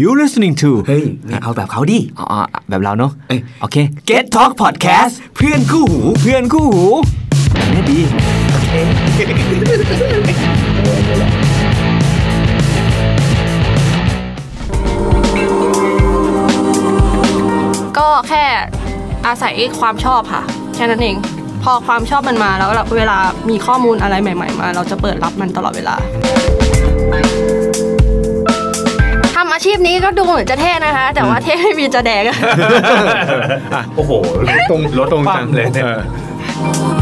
you listening to เฮ้ยไม่เอาแบบเขาดิ อ๋ออ๋อแบบเราเนอะ เอ้ย โอเค Get Talk Podcast เพื่อนคู่หู เพื่อนคู่หูแบบนี้ดี ก็แค่อาศัยความชอบค่ะ แค่นั้นเอง พอความชอบมันมาแล้วเราเวลามีข้อมูลอะไรใหม่ ๆ มา เราจะเปิดรับมันตลอดเวลาทำอาชีพนี้ก็ดูเหมือนจะเท่นะคะ แต่ว่าเท่ไม่มีจะแด ง โอ้โห ตรง รถ ตรง คว่ำเลยเนี่ย ออ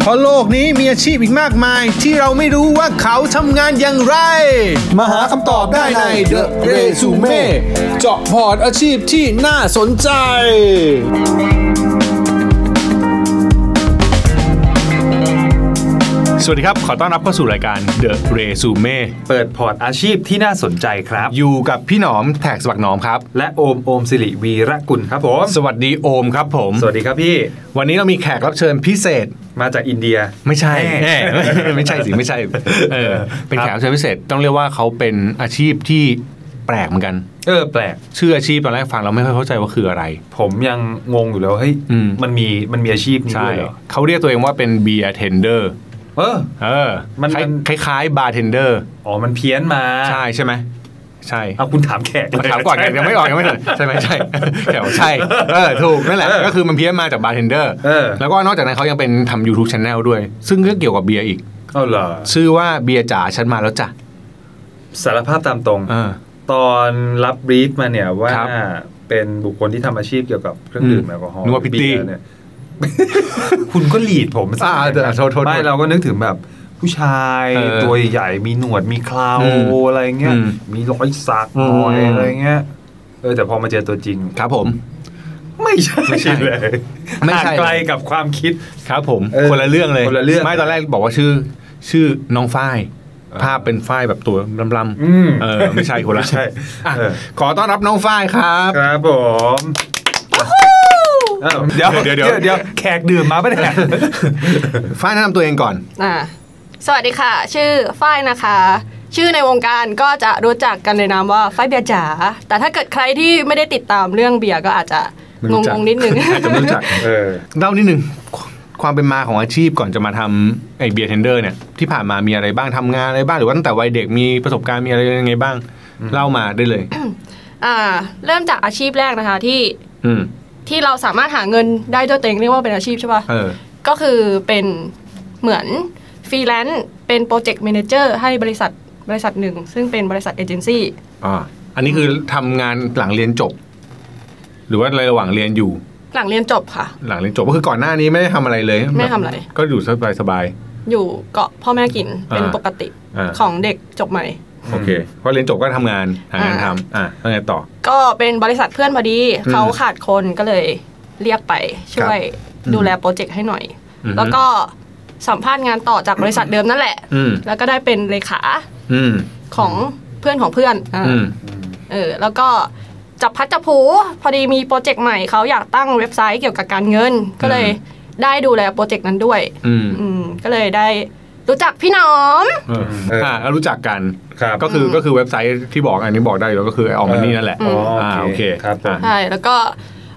เพราะโลกนี้มีอาชีพอีกมากมาย ที่เราไม่รู้ว่าเขาทำงานอย่างไร มาหาคำตอบได้ใน The Resume เจาะพอร์ตอาชีพที่น่าสนใจ สวัสดีครับ ขอต้อนรับเข้าสู่รายการ The Resume เปิดพอร์ตอาชีพที่น่าสนใจครับ อยู่กับพี่หนอมแท็กสวักหนอมครับ และโอมโอมสิริวีระกุลครับผม สวัสดีโอมครับผม สวัสดีครับพี่ วันนี้เรามีแขกรับเชิญพิเศษ มาจากอินเดีย ไม่ใช่ แน่ แน่ ไม่ใช่สิ ไม่ใช่เออเป็น ครัแขกบรับเชิญพิเศษ ต้องเรียกว่าเขาเป็นอาชีพที่แปลกเหมือนกัน เออแปลก ชื่ออาชีพตอนแรกฟังเราไม่ค่อยเข้าใจว่าคืออะไร ผมยังงงอยู่แล้วาเฮ้ย อืม มันมีมันมีอาชีพนี้ ใช่ ด้วยเหรอ เขาเรียกตัวเองว่าเป็น beer tender เออ เออ มัน คล้าย มัน คล้ายๆ bartender อ๋อมันเพี้ยนมา ใช่ใช่ไหมใช่ เอาคุณถามแขก ถามก่อนไงยังไม่ออกยังไม่ถึงใช่ไหมใช่แถวใช่เออถูกนั่นแหละ เออ ก็คือมันเพี้ยนมาจากบาร์เทนเดอร์ เออ แล้วก็นอกจากนั้นเขายังเป็นทำ YouTube Channel ด้วย ซึ่งก็เกี่ยวกับเบียร์อีก เอาเหรอ ชื่อว่าเบียร์จ๋าฉันมาแล้วจ้ะ สารภาพตามตรง เออ ตอนรับบรีฟมาเนี่ยว่า ครับ เป็นบุคคลที่ทำอาชีพเกี่ยวกับเครื่องดื่ม อืม แอลกอฮอล์ นึกว่าพิตตี้ เบียร์เนี่ย คุณก็หลีดผมซะ อ่าเดี๋ยวโทษโทษ ไม่เราก็นึกถึงแบบผู้ชาย เออ ตัวใหญ่มีหนวดมีเครา อืม อะไรเงี้ย อืม มีรอยสักหน่อย อืม อะไรเงี้ยเออแต่พอมาเจอตัวจริง ครับผม ไม่ใช่ ไม่ใช่ เลย ไม่ ห่าง ใช่ ไกลกับความคิด ครับผม เออ คนละเรื่องเลย คนละเรื่อง ไม่ตอนแรกบอกว่าชื่อ ชื่อน้องฝ้ายภาพเป็นฝ้ายแบบตัวลำ อืม ๆเออไม่ใช่คนละ ไม่ใช่ อ่ะ เออ ขอต้อนรับน้องฝ้ายครับ ครับผมอ้าวเดี๋ยว เดี๋ เดี๋ ย ยว ว เดี๋ เดี๋ ย ยว วเดี๋ยวแขกดื่มมาปะเนี่ย ฝ้ายแนะนำตัวเองก่อน อ่าสวัสดีค่ะ ชื่อฝ้ายนะคะ ชื่อในวงการก็จะรู้จักกันในนามว่าฝ้ายเบียร์จ๋าแต่ถ้าเกิดใครที่ไม่ได้ติดตามเรื่องเบียร์ก็อาจจะ ไม่ ง รู้จัก งๆนิดนึง อาจจะไม่รู้จัก เออ เล่านิดนึงความความเป็นมาของอาชีพก่อนจะมาทำไอเบียร์เทนเดอร์เนี่ยที่ผ่านมามีอะไรบ้างทำงานอะไรบ้างหรือว่าตั้งแต่วัยเด็กมีประสบการณ์มีอะไรยังไงบ้าง เล่ามาได้เลย อ่า เริ่มจากอาชีพแรกนะคะที่ อืม ที่เราสามารถหาเงินได้ด้วยตัวเองเรียกว่าเป็นอาชีพใช่ปะ เออ ก็คือเป็นเหมือนฟรีแลนซ์เป็นโปรเจกต์แมเนเจอร์ให้บริษัทบริษัทหนึ่ง ซึ่งเป็นบริษัทเอเจนซี่ อ่า อันนี้คือทำงานหลังเรียนจบ หรือว่าในระหว่างเรียนอยู่ หลังเรียนจบค่ะ หลังเรียนจบก็คือก่อนหน้านี้ไม่ได้ทำอะไรเลย ไม่ได้ทำอะไร ก็อยู่สบายสบาย อยู่เกาะพ่อแม่กินเป็น อ่า ปกติ อ่า ของเด็กจบใหม่ ๆโอเคพอเรียนจบก็ทำงานหางานทำอ่ะแล้วไงต่อ ก็เป็นบริษัทเพื่อนพอดี อืม เขาขาดคนก็เลยเรียกไปช่วย อืม ดูแลโปรเจกต์ให้หน่อย อือฮึ แล้วก็สัมภาษณ์งานต่อจากบริษัทเดิมนั่นแหละ อืม แล้วก็ได้เป็นเลขา อืม ของเพื่อนของเพื่อนอ่า อืม เออแล้วก็จับพัดจับผลูพอดีมีโปรเจกต์ใหม่เขาอยากตั้งเว็บไซต์เกี่ยวกับการเงิน ก็เลยได้ดูแลโปรเจกต์นั้นด้วย อืม อืมก็เลยได้รู้จักพี่หนอม เอออ่าแล้วรู้จักกัน ครับ ก็คือก็คือเว็บไซต์ที่บอกอันนี้บอกได้อยู่แล้วก็คือออมมันนี่นั่นแหละ อืม อ่าโอเค ครับผม ใช่ แล้วก็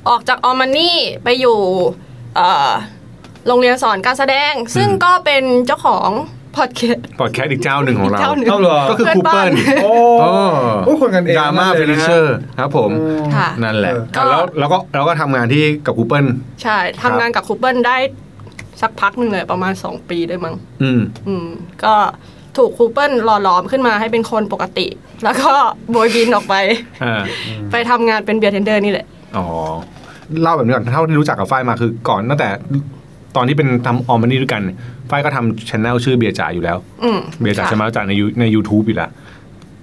ออกจากออมมันนี่ไปอยู่เอ่อโรงเรียนสอนการแสดง ซึ่งก็เป็นเจ้าของพอดแคสต์ พอดแคสต์อีกเจ้าหนึ่งของเรา เจ้าหนึ่ง เอาเหรอ ก็คือ เพื่ คู อน เปิ บ้าน ล โอ้ โอ้ โอ้คนกันเอง ดราม่าเฟ ลย นิ นะ เชอร์ครับผม อืม ค่ะ นั่นแหละ ก็ แล้วแล้วก็แล้วก็ทำงานที่กับคูเปิล ใช่ ครับ ทำงานกับครูเปิลได้สักพักหนึ่งเลยประมาณ 2 ปีได้มั้ง อืม อืมก็ถูกครูเปิลหล่อหลอมขึ้นมาให้เป็นคนปกติ แล้วก็โบยบินออกไป อ่า ไปทำงานเป็นเบียร์เทนเดอร์นี่แหละ อ๋อ เล่าแบบนี้ก่อน เท่าที่รู้จักกับฝ้ายมาคือก่อนตั้งแต่ตอนที่เป็นทำออมมันนี่ด้วยกันฝ้ายก็ทำชแนลชื่อเบียร์จ๋าอยู่แล้ว อืม เบียร์จ๋า ค่ะ ใช่ไหมจ๋าในยูในยูทูบอยู่แล้ว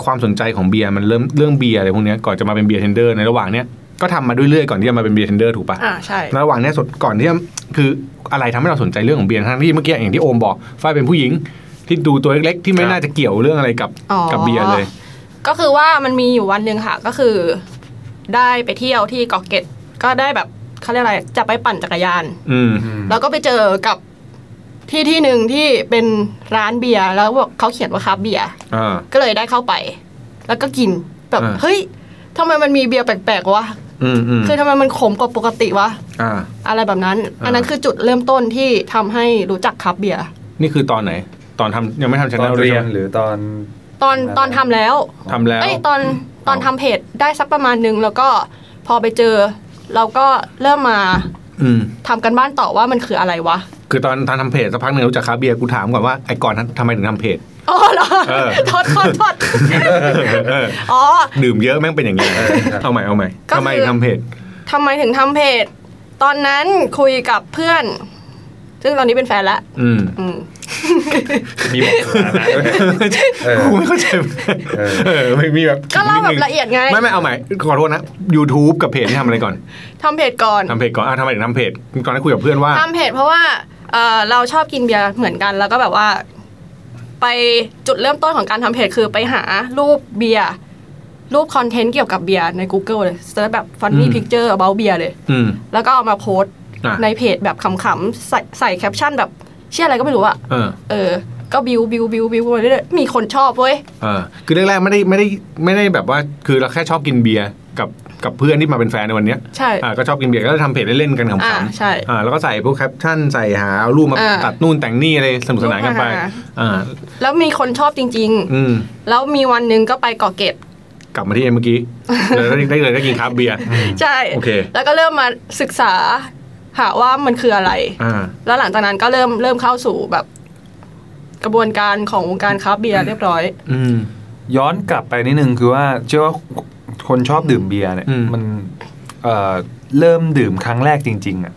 ความสนใจของเบียร์มันเริ่มเรื่องเบียร์อะไรพวกเนี้ยก่อนจะมาเป็นเบียร์เทนเดอร์ในระหว่างเนี้ยก็ทำมาด้วยเรื่อยๆก่อนที่จะมาเป็นเบียร์เทนเดอร์ถูกปะ อ่าใช่ ระหว่างเนี้ยสดก่อนที่จะคืออะไรทำให้เราสนใจเรื่องของเบียร์ทั้งที่เมื่อกี้อย่างที่โอมบอกฝ้ายเป็นผู้หญิง ที่ดูตัวเล็กๆ ที่ไม่ ครับ น่าจะเกี่ยวเรื่องอะไรกับ อ๋อ กับเบียร์เลย ก็คือว่ามันมีอยู่วันหนึ่งค่ะ ก็คือได้ไปเที่ยวที่เกาะเกร็ดก็ได้แบบ เขาเรียกอะไรจะไปปั่นจักรยาน อืม แล้วก็ไปเจอกับที่ที่หนึ่งที่เป็นร้านเบียร์แล้วบอกเขาเขียนว่าคราฟต์เบียร์ อ่า ก็เลยได้เข้าไป แล้วก็กินแบบ อ่า เฮ้ยทำไมมันมีเบียร์แปลกๆวะ อืมอืม คือทำไมมันขมกว่าปกติวะ อ่า อะไรแบบนั้น อ่า อันนั้นคือจุดเริ่มต้นที่ทำให้รู้จักคราฟต์เบียร์ นี่คือตอนไหน ตอนทำยังไม่ทำชา ต แน อน ล เรียน น หรือตอน ตอนตอนทำแล้ว ทำแล้ว เอ้ยตอนตอนทำเพจได้สักประมาณหนึงแล้วก็พอไปเจอ เราก็เริ่มมา อืม ทำกันบ้านต่อว่ามันคืออะไรวะ คือตอนทำทำเพจสักพักหนึ่งรู้จักคาเบียร์กูถามก่อนว่าไอ้ก่อนทำไมถึงทำเพจ อ๋อเหรอ เออ โทษโทษโท ษอ๋อ ดื่มเยอะแม่งเป็นอย่างนี้เอาใหม่เอาใหม่ ก็คือ ทำไมถึงทำเพจ ทำไมถึงทำเพจ ตอนนั้นคุยกับเพื่อน ซึ่งตอนนี้เป็นแฟนแล้ว อืม อื ม มีบอกสถานะด้วย เออ กูไม่เข้าใจ เออ เออไม่มีแบบ ก็เล่าแบบ นินึง ละเอียดไง ไม่ไม่เอาใหม่ขอโทษนะ YouTube กับเพจนี่ทำอะไรก่อน ทำเพจก่อน ทำเพจก่อนอ่ะทำไมถึงทำเพจตอนนั้นคุยกับเพื่อนว่า ทำเพจเพราะว่าเอ่อเราชอบกินเบียร์เหมือนกันแล้วก็แบบว่า ไปจุดเริ่มต้นของการทำเพจคือไปหารูปเบียร์รูปคอนเทนต์เกี่ยวกับเบียร์ใน Google เลยเซิร์ชแบบ funny อืม picture about เบียร์เลย อืม แล้วก็เอามาโพสต์ อ่ะ ในเพจแบบขำๆใส่ใส่แคปชั่นแบบเชื่ออะไรก็ไม่รู้อะ เออ เออ ก็บิวบิวบิวบิวไปเรื่อยๆมีคนชอบเว้ย เออคือแรกๆไม่ได้ไม่ได้ไม่ได้แบบว่าคือเราแค่ชอบกินเบียร์กับกับเพื่อนที่มาเป็นแฟนในวันเนี้ย ใช่ อ่าก็ชอบกินเบียร์ก็ทำเพจเล่นๆกันข อ่า ำๆ ใช่ อ่าแล้วก็ใส่พวกแคปชั่นใส่หาเอารูปมา อ่า ตัดนู่นแต่งนี่อะไรสนุกสนานกันไป รูปหา อ่า แล้วมีคนชอบจริง อืม ๆ แล้วมีวันหนึ่งก็ไปเกาะเก็ด กลับมาที่เมื่อกี้เลยได้ได้เลยได้กินคราฟต์เบียร์ ใช่ โอเค แล้วก็เริ่มมาศึกษา หาว่ามันคืออะไร อ่า แล้วหลังจากนั้นก็เริ่มเริ่มเข้าสู่แบบ กระบวนการของวงการคราฟต์เบียร์เรียบร้อย อืม ย้อนกลับไปนิดนึงคือว่าเชื่อว่าคนชอบดื่มเบียร์เนี่ย อืม มันเอ่อเริ่มดื่มครั้งแรกจริง ๆอ่ะ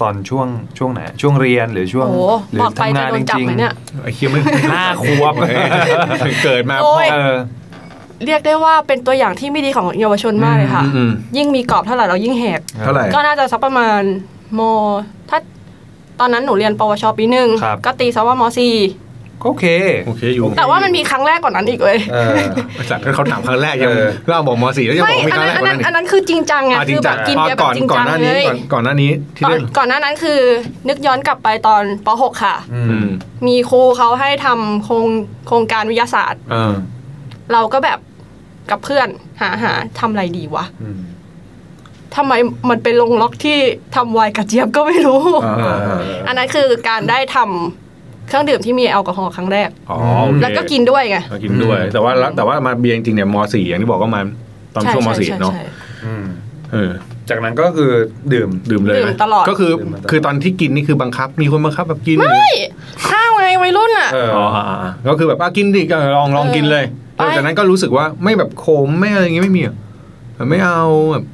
ตอนช่วงช่วงไหนช่วงเรียนหรือช่วง โอ้โห หรื บอกไปจะทำงาน โด จ นจับ ริง ไหมเนี่ย ไอ้เคียมัน ๆห้าขวบ เอ้ยเกิดมา โอ้ย เออ เรียกได้ว่าเป็นตัวอย่างที่ไม่ดีของเยาวชนมากเลยค่ะ อืม ยิ่งมีกรอบเท่าไหร่เรายิ่งแหก เท่าไหร่ ก็น่าจะสักประมาณมถ้าตอนนั้นหนูเรียนปวชปีหนึ่ง ครับ ก็ตีซะว่ามสี่ ก็โอเค โอเคอยู่ แต่ว่ามันมีครั้งแรกกว่านั้นอีกเว้ย เออ จากที่เขาถามครั้งแรกยัง เออ เราบอกมสี่แล้วยัง ไม่ บอกมี อั คน รั้ง นั้ แร น ก อันนั้นอักว่านั้นอีกนนั้นคือจริงจังไง อ่าจริ คื ง อ จั แบ ง บกินเบียร์แบ ก่ บ อน จริง ก่อจันง หน้า เล นี้ ย ก่อนก่อนหน้านี้ที่ ก่อน เล่น ก่อนหน้านั้นคือนึกย้อนกลับไปตอนป .6 ค่ะ อื อืมมมีครูเขาให้ทำโครงโครงการวิทยาศาสตร์ เออ เราก็แบบกับเพื่อนหาหาทำอะไรดีวะ อืม ทำไมมันเป็นลงล็อกที่ทำไวน์กระเจี๊ยบก็ไม่รู้ อ่า เออเออ อันนั้นคือการได้ทำเครื่องดื่มที่มีแอลกอฮอล์ครั้งแรก อ๋อโอเค แล้วก็กินด้วยไง มากินด้วย แต่ว่าละแต่ว่ามาเบียร์จริงๆเนี่ยมสี่อย่างที่บอกก็มาตอนช่วงมสี่เนาะใใใใช่ อืม เออ จากนั้นก็คือดื่ม ดื่มเลย ดื่มตลอด ก็คือ ดื่มมาตลอด คือตอนที่กินนี่คือบังคับ มีคนบังคับแบบกิน ไม่ข้าวไงวัยรุ่นอ่ะ เออ อ๋ออ่าอ่าอ่าก็คือแบบอ่ะกินดิก็ลองลองกินเลย ไป เออจากนั้นก็รู้สึกว่าไม่แบบโคมไม่อะไรอย่างงี้ไม่มีเหรอแบบไม่เอาแบบ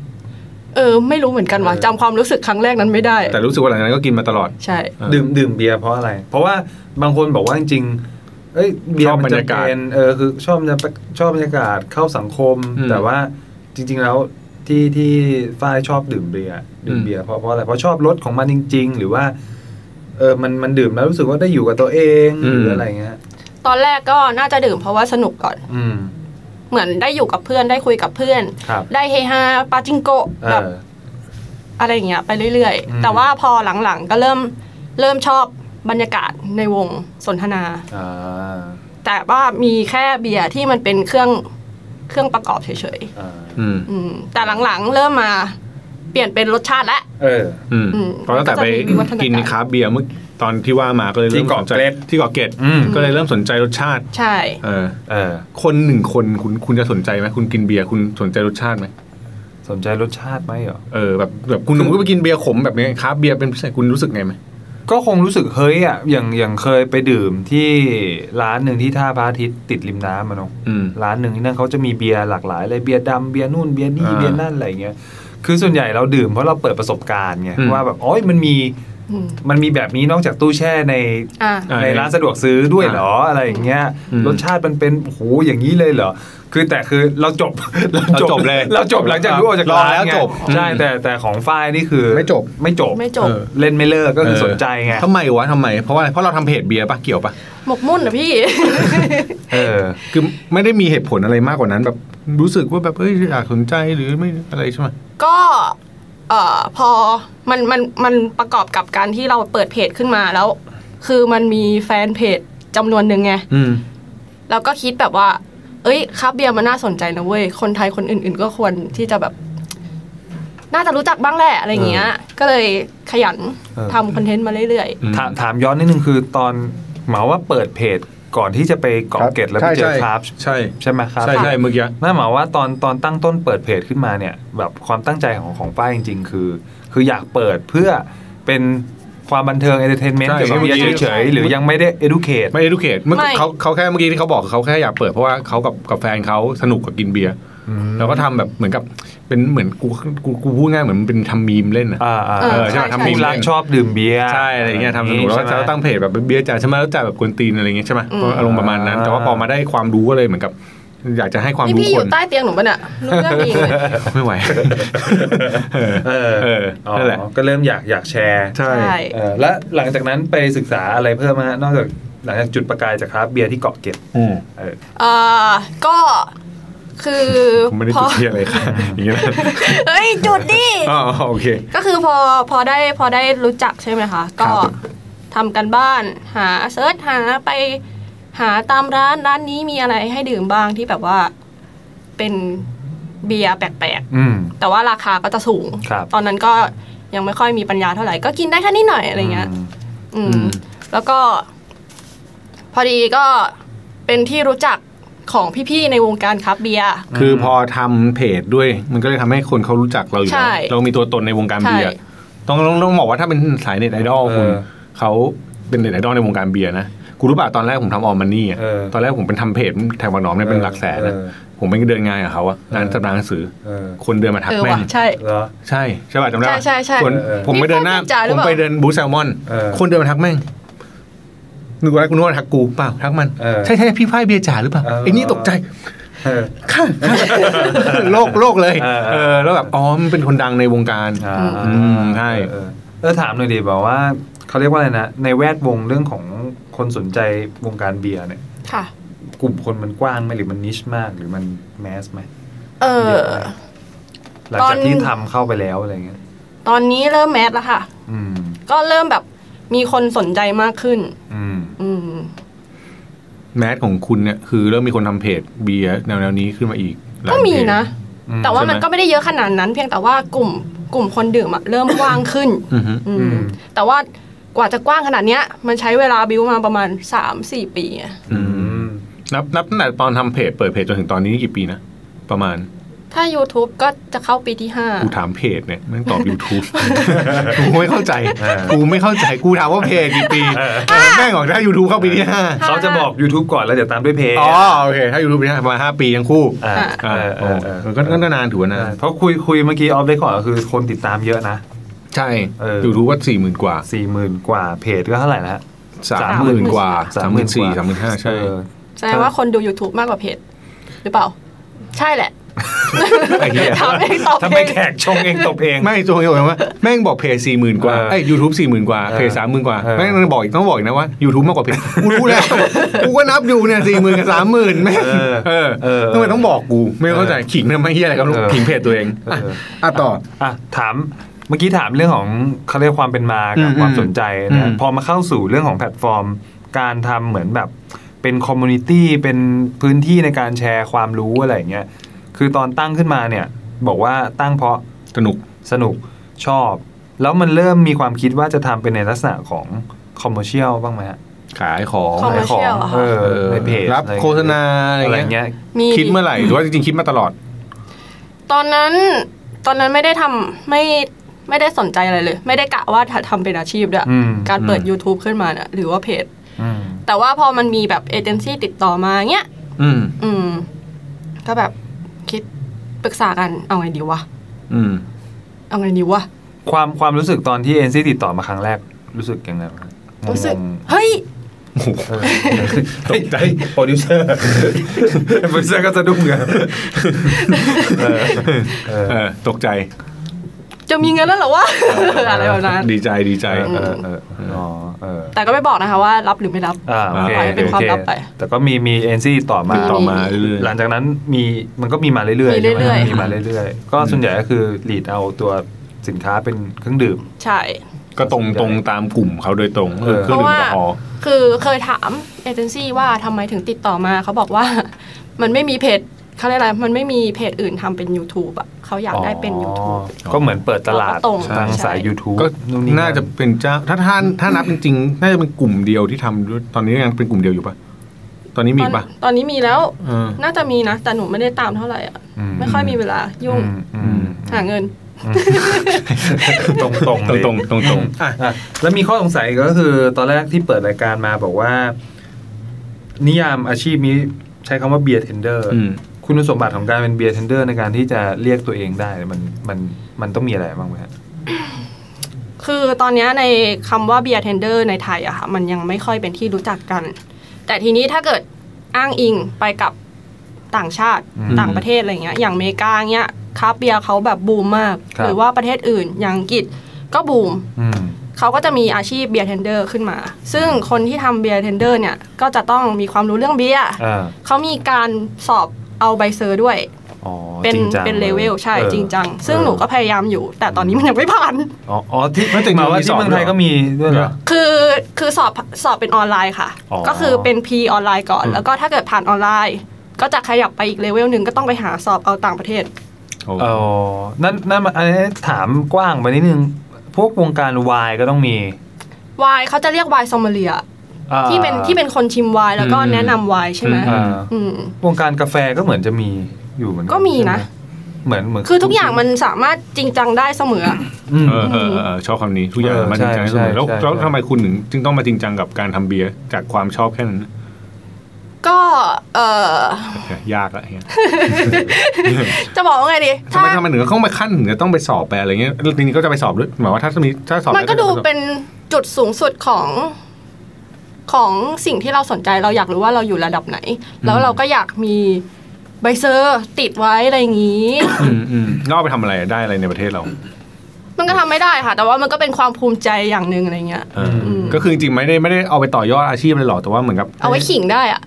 เออ ไม่รู้เหมือนกันว่ะจำความรู้สึกครั้งแรกนั้นไม่ได้ แต่รู้สึกว่าหลังจากนั้นก็กินมาตลอด ใช่ ดื่มดื่มเบียร์เพราะอะไร เพราะว่าบางคนบอกว่าจริงๆเอ้ยเบีย ชอ ร์ บ มัน บรร จะ ยากาศ เป็นเออคือชอบจะชอบบรรยากาศเข้าสังคม อืม แต่ว่าจริง ๆ แล้วที่ที่ฝ้ายชอบดื่มเบียร์ดื่ม อืม เบียร์เพราะเพราะอะไรเพราะชอบรสของมันจริง ๆ หรือว่าเออมันมันดื่มแล้วรู้สึกว่าได้อยู่กับตัวเองหรืออะไรเงี้ย ตอนแรกก็น่าจะดื่มเพราะว่าสนุกก่อน อืม เหมือนได้อยู่กับเพื่อนได้คุยกับเพื่อน ครับ ได้เฮฮาปาจิงโกะ เอ แบบ อ อะไรอย่างเงี้ยไปเรื่อย อืๆมแต่ว่าพอหลังๆก็เริ่มเริ่มชอบบรรยากาศในวงสนทนา อ่า แต่ว่ามีแค่เบียร์ที่มันเป็นเครื่องเครื่องประกอบเฉย อ่า อืม ๆอืมแต่หลังๆเริ่มมาเปลี่ยนเป็นรสชาติละ เออ อืม อืม ตอนตั้งแต่ไป มันก็จะมีวิวัฒนาการ กินคาร์บเบียร์เมื่อตอนที่ว่ามาก็เลย ที่ เริ่มสนใจ เกาะเกร็ด ที่เกาะเกร็ด อืม ก็เลยเริ่มสนใจรสชาติ ใช่ เออ เออ คนหนึ่งคนคุณคุณจะสนใจไหมคุณกินเบียร์คุณสนใจรสชาติไหม สนใจรสชาติไหมเหรอ เออแบบแบบคุณหนุ่มก็ไปกินเบียร์ขมแบบนี้คาร์บเบียร์เป็นพิเศษคุณรู้สึกไงไหม ก็คงรู้สึกเฮ้ยอ่ะอย่างอย่างเคยไปดื่มที่ร้านหนึ่งที่ท่าพระอาทิตย์ติดริมน้ำอะเนาะ อืม ร้านหนึ่งที่นั่นเขาจะมีเบียร์หลากหลายเลยเบียร์ดำเบียร์นู่นเบียร์นี่ อ่า เบียร์นั่นอะไรเงี้ยคือส่วนใหญ่เราดื่มเพราะเราเปิดประสบการณ์ไง อืม ว่าแบบอ๋อยมันมี อืม มันมีแบบนี้นอกจากตู้แช่ใน อ่ะ อ่า ในร้านสะดวกซื้อด้วยเหรออะไรอย่างเงี้ย อืม รสชาติมันเป็นโอ้โหอย่างนี้เลยเหรอคือแต่คือเราจบ เราจบเลย เราจบหลังจากรู้ออกจาก ลอง ร้าน แล้ว ไง จบ ใช่แต่แต่ของฝ้ายนี่คือ ไม่จบ ไม่จบ ไม่จบ เออ เล่นไม่เลิกก็คือ เ สนใจไง ทำไมวะทำไม เพราะว่าอะไรเพราะเราทำเพจเบียร์ปะเกี่ยวปะ หมกมุ่นเหรอพี่ เออ คือไม่ได้มีเหตุผลอะไรมากกว่านั้น แบบรู้สึกว่าแบบเอ้ยอยากสนใจหรือไม่อะไรใช่ไหม ก็ เอ่อพอมันมันมันประกอบกับการที่เราเปิดเพจขึ้นมาแล้ว คือมันมีแฟนเพจจำนวนหนึ่งไง อืม เราก็คิดแบบว่า เอ้ยคราฟต์เบียร์มันน่าสนใจนะเว้ย คนไทยคนอื่น ๆ ก็ควรที่จะแบบ น่าจะรู้จักบ้างแหละอะไรอย่างเงี้ย ก็เลยขยัน เออ ทำคอนเทนต์มาเรื่อย อืม ถามถามย้อนนิดนึงคือตอนหมายว่าเปิดเพจก่อนที่จะไปเกาะเกร็ดแล้วไปเจอคราฟต์ ใช่ ใช่ไหมครับ ใช่ใช่เมื่อกี้ นั่นหมายว่าตอนตอนตั้งต้นเปิดเพจขึ้นมาเนี่ยแบบความตั้งใจของของป้าจริง ๆ คือ คืออยากเปิดเพื่อเป็นความบันเทิงเอนเตอร์เทนเมนต์ ใช่ เกี่ยวกับเบียร์ เมื่อกี้ เฉยๆหรือยังไม่ได้ educate ไม่ educate เมื่อ ไม่ เขาเขาแค่เมื่อกี้ที่เขาบอกเขาแค่อยากเปิดเพราะว่าเขากับกับแฟนเขาสนุกกับกินเบียร์แล้วก็ทำแบบเหมือนกับเป็นเหมือนกูกูกูพูดง่ายเหมือนมันเป็นทำมีมเล่นอ่ะ อ่าอ่า เออ เออใช่ ใช่ ทำมี ผู้ ม รัก เล่น ชอบดื่มเบียร์ ใช่อะไรอย่างเงี้ยทำสนุกแล้วก็ ใช่ไหม ตั้งเพจแบบเบียร์จ่ายใช่ไหมแล้วจ่ายแบบกวนตีนอะไรอย่างเงี้ยใช่ไหม อืม อารมณ์ประมาณนั้น แต่ว่าพอมาได้ความรู้ก็เลยเหมือนกับ อยากจะให้ความ ๆ นี่ รู้ พี่อ ค ยู่ น ใต้เตียงหนูปะเนี่ยรู้เรื่องนี้เลย ไม่ไหว เออ เออ เออ อ๋อ นั่นแหละ ก็เริ่มอยากอยากแชร์ ใช่ ใช่ เออและหลังจากนั้นไปศึกษาอะไรเพิ่มไหมฮะนอกจากหลังจากจุดประกายจากคราฟต์เบียร์ที่เกาะเก็ดเออ เอ่อก็คือ ผมไม่ได้ พอ จุดเทียอะไรค่ะอย่างเงี้ยนะ เฮ้ย จุดดิ อ๋อโอเค ก็คือพอพอได้พอได้รู้จักใช่ไหมคะ ก็ ครับ ทำกันบ้านหาเซิร์ชหาไปหาตามร้านร้านนี้มีอะไรให้ดื่มบ้างที่แบบว่าเป็นเบียร์แปลก อืม ๆ แต่ว่าราคาก็จะสูง ครับ ตอนนั้นก็ยังไม่ค่อยมีปัญญาเท่าไหร่ ก็กินได้แค่นิดหน่อยอะไรเงี้ย อื อื ม ม แล้วก็ พอดีก็เป็นที่รู้จักของพี่ๆในวงการครับเบียร์ คือพอทำเพจด้วย มันก็เลยทำให้คนเขารู้จักเราอยู่ ใช่ แล้วเรามีตัวตนในวงการเบียร์ ใช่ ต้องต้องต้องบอกว่าถ้าเป็นสายเน็ตไอดอลคุณ เออ เขาเป็นเน็ตไอดอลในวงการเบียร์นะกูรู้ป่ะตอนแรกผมทำออมมันนี่อะ เออ ตอนแรกผมเป็นทำเพจแถวบางหนอมเนี่ยเป็นหลักแสนนะ เออ ผมไปเดินงานกับเขาอะงาน เออ สำนักหนังสือ เออ คนเดินมาทัก เออ แม่ ว่ะ ง ใช่ เหรอ ใช่ใช่ป่ะจำได้ปะ ใช่ใช่ใช่ คน เออ ผมไปเดินหน้า พี่ฟ้าจิตจ๋าหรื ผ อ ม เปล่า ไปเดินบูธแซลมอน เออ คนเดินมาทักแม่งนึกว่าคุณนกว่าทักกูเปล่าทักมัน เออ ใช่ใช่พี่พ่ายเบียร์จ๋าหรือเปล่า เออ ไอ้นี่ตกใจ เออ ค่ะโลกโลกเลย เออเออ เออ แล้วแบบอ๋อมันเป็นคนดังในวงการ อ่า อืมใช่ เออเออถามหน่อยดิแบบว่าเขาเรียกว่าอะไรนะ ในแวดวงเรื่องของคนสนใจวงการเบียร์เนี่ย ค่ะ กลุ่มคนมันกว้างไหมหรือมันนิชมากหรือมันแมสไหม เออ เยะไหมหลังจาก ตอน ที่ทำเข้าไปแล้วอะไรเงี้ย ตอนนี้เริ่มแมสแล้วค่ะ อืม ก็เริ่มแบบมีคนสนใจมากขึ้น อืม อืม แมสของคุณเนี่ยคือเริ่มมีคนทำเพจเบียร์แนวๆนี้ขึ้นมาอีกหลาย ก็มีนะ เพจ อืม แต่ว่ามัน ใช่ไหม ก็ไม่ได้เยอะขนาดนั้น เพียงแต่ว่ากลุ่มกลุ่มคนดื่มอะเริ่มกว้างขึ้น อือฮึ อื อื ม ม แต่ว่ากว่าจะกว้างขนาดเนี้ย มันใช้เวลาบิวมาประมาณ 3-4 ปีอะ อื อื ม ม นับนับตั้งแต่ตอนทำเพจเปิดเพจจนถึงตอนนี้กี่ปีนะ ประมาณ ถ้า YouTube ก็จะเข้าปีที่ กูถามเพจเนี่ยแม่งตอบ YouTube กูไม่เข้าใจกูไม่เข้าใจกูถามว่าเพจกี่ปีเออแม่งบอกถ้า YouTube เข้าปีที่ห้า ค่ะ เขาจะบอก YouTube ก่อนแล้วเดี๋ยวตามด้วยเพลง อ๋อโอเคถ้า YouTube ปีที่ห้าประมาณห้าปีทั้งคู่ อ่า อ่า เออเอ โอ้ อเออ ก็ก็นานถือว่านาน เพราะคุยคุยเมื่อกี้ออฟได้ก่อนก็คือคนติดตามเยอะนะ ใช่ เออ อยู่รู้ว่าสี่หมื่นกว่า สี่หมื่นกว่าเพจก็เท่าไหร่นะฮะ สามหมื่น 30,000 กว่าสามหมื่นสี่ กว่ สามหมื่นห้าใช่ เออ 5 แสดงว่าคนดู YouTube มากกว่าเพจ หรือเปล่า ใช่แหละ ไอ้เหี้ย ถามเองตอบ ถ้า เอ ไม่ ง แขกชงเองตบเอง ไม่ตัวเองบอกว่าแม่งบอกเพจสี่หมื่นกว่า เออ ไอ้ยูทูบสี่หมื่นกว่า เออ เพจสามหมื่นกว่า เออ แม่งต้องบอกอีกต้องบอกอีกนะว่ายูทูบมากกว่าเพจกูรู้แล้ว กูก็นับอยู่เนี่ยสี่หมื่นกับสามหมื่นแม่งเออ เออ ทำไมต้องบอกกู ไม่เข้าใจขิงทำไมเฮียอะไรกับลูก เออ ขิงเพจตัวเอง เออ อ่ะต่อ อ่ะถามเมื่อกี้ถามเรื่องของเขาเรียกความเป็นมากับ อืม ความสนใจ อื นะ ม พอมาเข้าสู่เรื่องของแพลตฟอร์ม การทำเหมือนแบบเป็นคอมมูนิตี้เป็นพื้นที่ในการแชร์ความรู้อะไรอย่างเงี้ยคือตอนตั้งขึ้นมาเนี่ย บอกว่าตั้งเพราะ สนุก สนุกชอบ แล้วมันเริ่มมีความคิดว่าจะทำเป็นในลักษณะของคอมเมอร์เชียลบ้างไหมฮะ ขายของ คอมเมอร์เชียลเหรอคะ เออ เออ ในเพจ รับโฆษณา อะ อะไร ไร อย่าง เงี้ย เงี้ย มี คิดเมื่อไหร่หรือว่าจริงๆคิดมาตลอด ตอนนั้นตอนนั้นไม่ได้ทำไม่ไม่ได้สนใจอะไรเลย ไม่ได้กะว่าจะทำเป็นอาชีพด้วย อืม การเปิด อืม YouTube ขึ้นมานะหรือว่าเพจ อืม แต่ว่าพอมันมีแบบเอเจนซี่ติดต่อมาเงี้ย อืม อืม ก็แบบคิดปรึกษากันเอาไงดีวะ อืม เอาไงดีวะ ความความรู้สึกตอนที่เอ็นซีติดต่อมาครั้งแรกรู้สึกยังไงบ้างงงๆ รู้สึก เฮ้ย เออเฮ้ยเฮ้ยโปรดิวเซอร์โปรดิวเซอร์ก็สะดุ้งกันเออเออ เออตกใจ จะมีเงินแล้วเหรอวะ อะไรแบบนั้น ดีใจดีใจ เออเอออ๋อเออ แต่ก็ไม่บอกนะคะว่ารับหรือไม่รับ อ่าโอเค ปล่อยให้เป็นความลับไป แต่ก็มีมีเอ็นซีติดต่อมา ติดต่อมา เรื่อยๆ หลังจากนั้นมีมันก็มีมาเรื่อยๆ มีเรื่อยๆค่ะใช่ไหมมีมาเรื่อยๆ ก็ส่วนใหญ่ก็คือหลีดเอาตัว สินค้าเป็นเครื่องดื่ม ใช่ ก็ตรงตรงตามกลุ่มเขาโดยตรงก็คือเค เพ รื่อง ราะว่าดื่มแอลกอฮอล์ คือเคยถามเอเจนซี่ว่าทำไมถึงติดต่อมาเขาบอกว่า มันไม่มีเพจเขาเรียกอะไรมันไม่มีเพจอื่นทำเป็น YouTube อ่ะเขาอยากได้เป็น YouTube ก็เหมือนเปิดตลาด เราก็ตรง ทางสาย ใช่ YouTube ก็น่าจะเป็นเจ้าถ้าท่านถ้านับจริงๆ น่าจะเป็นกลุ่มเดียวที่ทำด้วยตอนนี้ยังเป็นกลุ่มเดียวอยู่ปะตอนนี้มี ตอน ปะ ตอนนี้มีแล้ว เออ น่าจะมีนะ แต่หนูไม่ได้ตามเท่าไหร่อ่ะ อืม ไม่ค่อยมีเวลายุ่ง อืม หาเงิน ตรงตรง ตรงตรงตรงตรง อ่ะอ่ะแล้วมีข้อสงสัยก็คือตอนแรกที่เปิดรายการมาบอกว่า นิยามอาชีพนี้ใช้คำว่าเบียร์เทนเดอร์ อืม คุณสมบัติของการเป็นเบียร์เทนเดอร์ในการที่จะเรียกตัวเองได้มันมันมันต้องมีอะไรบ้างไหมฮะ คือตอนเนี้ยในคำว่าเบียร์เทนเดอร์ในไทยอะค่ะมันยังไม่ค่อยเป็นที่รู้จักกัน แต่ทีนี้ถ้าเกิดอ้างอิงไปกับต่างชาติ อืม ต่างประเทศอะไรเงี้ยอย่างอเมริกาเงี้ยคราฟต์เบียร์เขาแบบบูมมาก ครับ หรือว่าประเทศอื่นอย่างอังกฤษก็บูม อืม เขาก็จะมีอาชีพเบียร์เทนเดอร์ขึ้นมา ซึ่งคนที่ทำเบียร์เทนเดอร์เนี่ย ก็จะต้องมีความรู้เรื่องเบียร์ อ่า เขามีการสอบเอาใบเซอร์ด้วย อ๋อ เป็น จริงจัง เป็นเลเวลใช่ ออ จริงจัง ซึ่งหนูก็พยายามอยู่ แต่ตอนนี้มันยังไม่ผ่าน อ๋ออ๋อที่ ไม่แต่จริงๆ หมายว่า มีส ที่ อน เมืองไทย ด้วยเหรอ ก็มีด้วยเหรอ คือคือสอบสอบเป็นออนไลน์ค่ะ อ๋อ ก็คือเป็น P ออนไลน์ก่อน แล้วก็ถ้าเกิดผ่านออนไลน์ ก็จะขยับไปอีกเลเวลหนึ่งก็ต้องไปหาสอบเอาต่างประเทศ โอ้ เออนั่นนั่นมันอันนี้ถามกว้างไปนิดนึง พวกวงการวายก็ต้องมี วายเขาจะเรียกวายซอมเมเลีย อ่า ที่เป็นที่เป็นคนชิมวายแล้วก็แนะนำวายใช่ไหม อ่า อืม วงการกาแฟก็เหมือนจะมีอยู่เหมือนน ก็มีนะ ใช่ไหมเหมือนเหมือน คือทุกอย่างมันสามารถจริงจังได้เสมอ อืม เออเออเออเออชอบคำนี้ทุกอย่าง เออ มาจริงจังให้เสมใช่อแล้ว ใช่ แล้ว ใช่ ทำไมคุณถึงจึงต้องมาจริงจังกับการทำเบียร์จากความชอบแค่นั้น ก็เออย ากละเฮีย จะบอกว่าไงดี ทำไมทำไมถึงต้องไปขั้นถึงจะต้องไปสอบไปอะไรเงี้ยทีนี้ก็จะไปสอบด้วยหมายว่าถ้ามีถ้าสอบ มันก็ ไ ดูเป็นจุดสูงสุดของของสิ่งที่เราสนใจเราอยากรู้ว่าเราอยู่ระดับไหน แล้วเราก็อยากมีใบเซอร์ติดไว้อะไรอย่างนี้ อืมอืมแล้วเอาไปทำอะไรได้อะไรในประเทศเรา มันก็ทำไม่ได้ค่ะ แต่ว่ามันก็เป็นความภูมิใจอย่างหนึ่งอะไรเงี้ย เอออก็คือจริงๆไม่ได้ไม่ได้เอาไปต่อยอดอาชีพเลยหรอกแต่ว่าเหมือนกับ เอาไว้ขิงได้อะ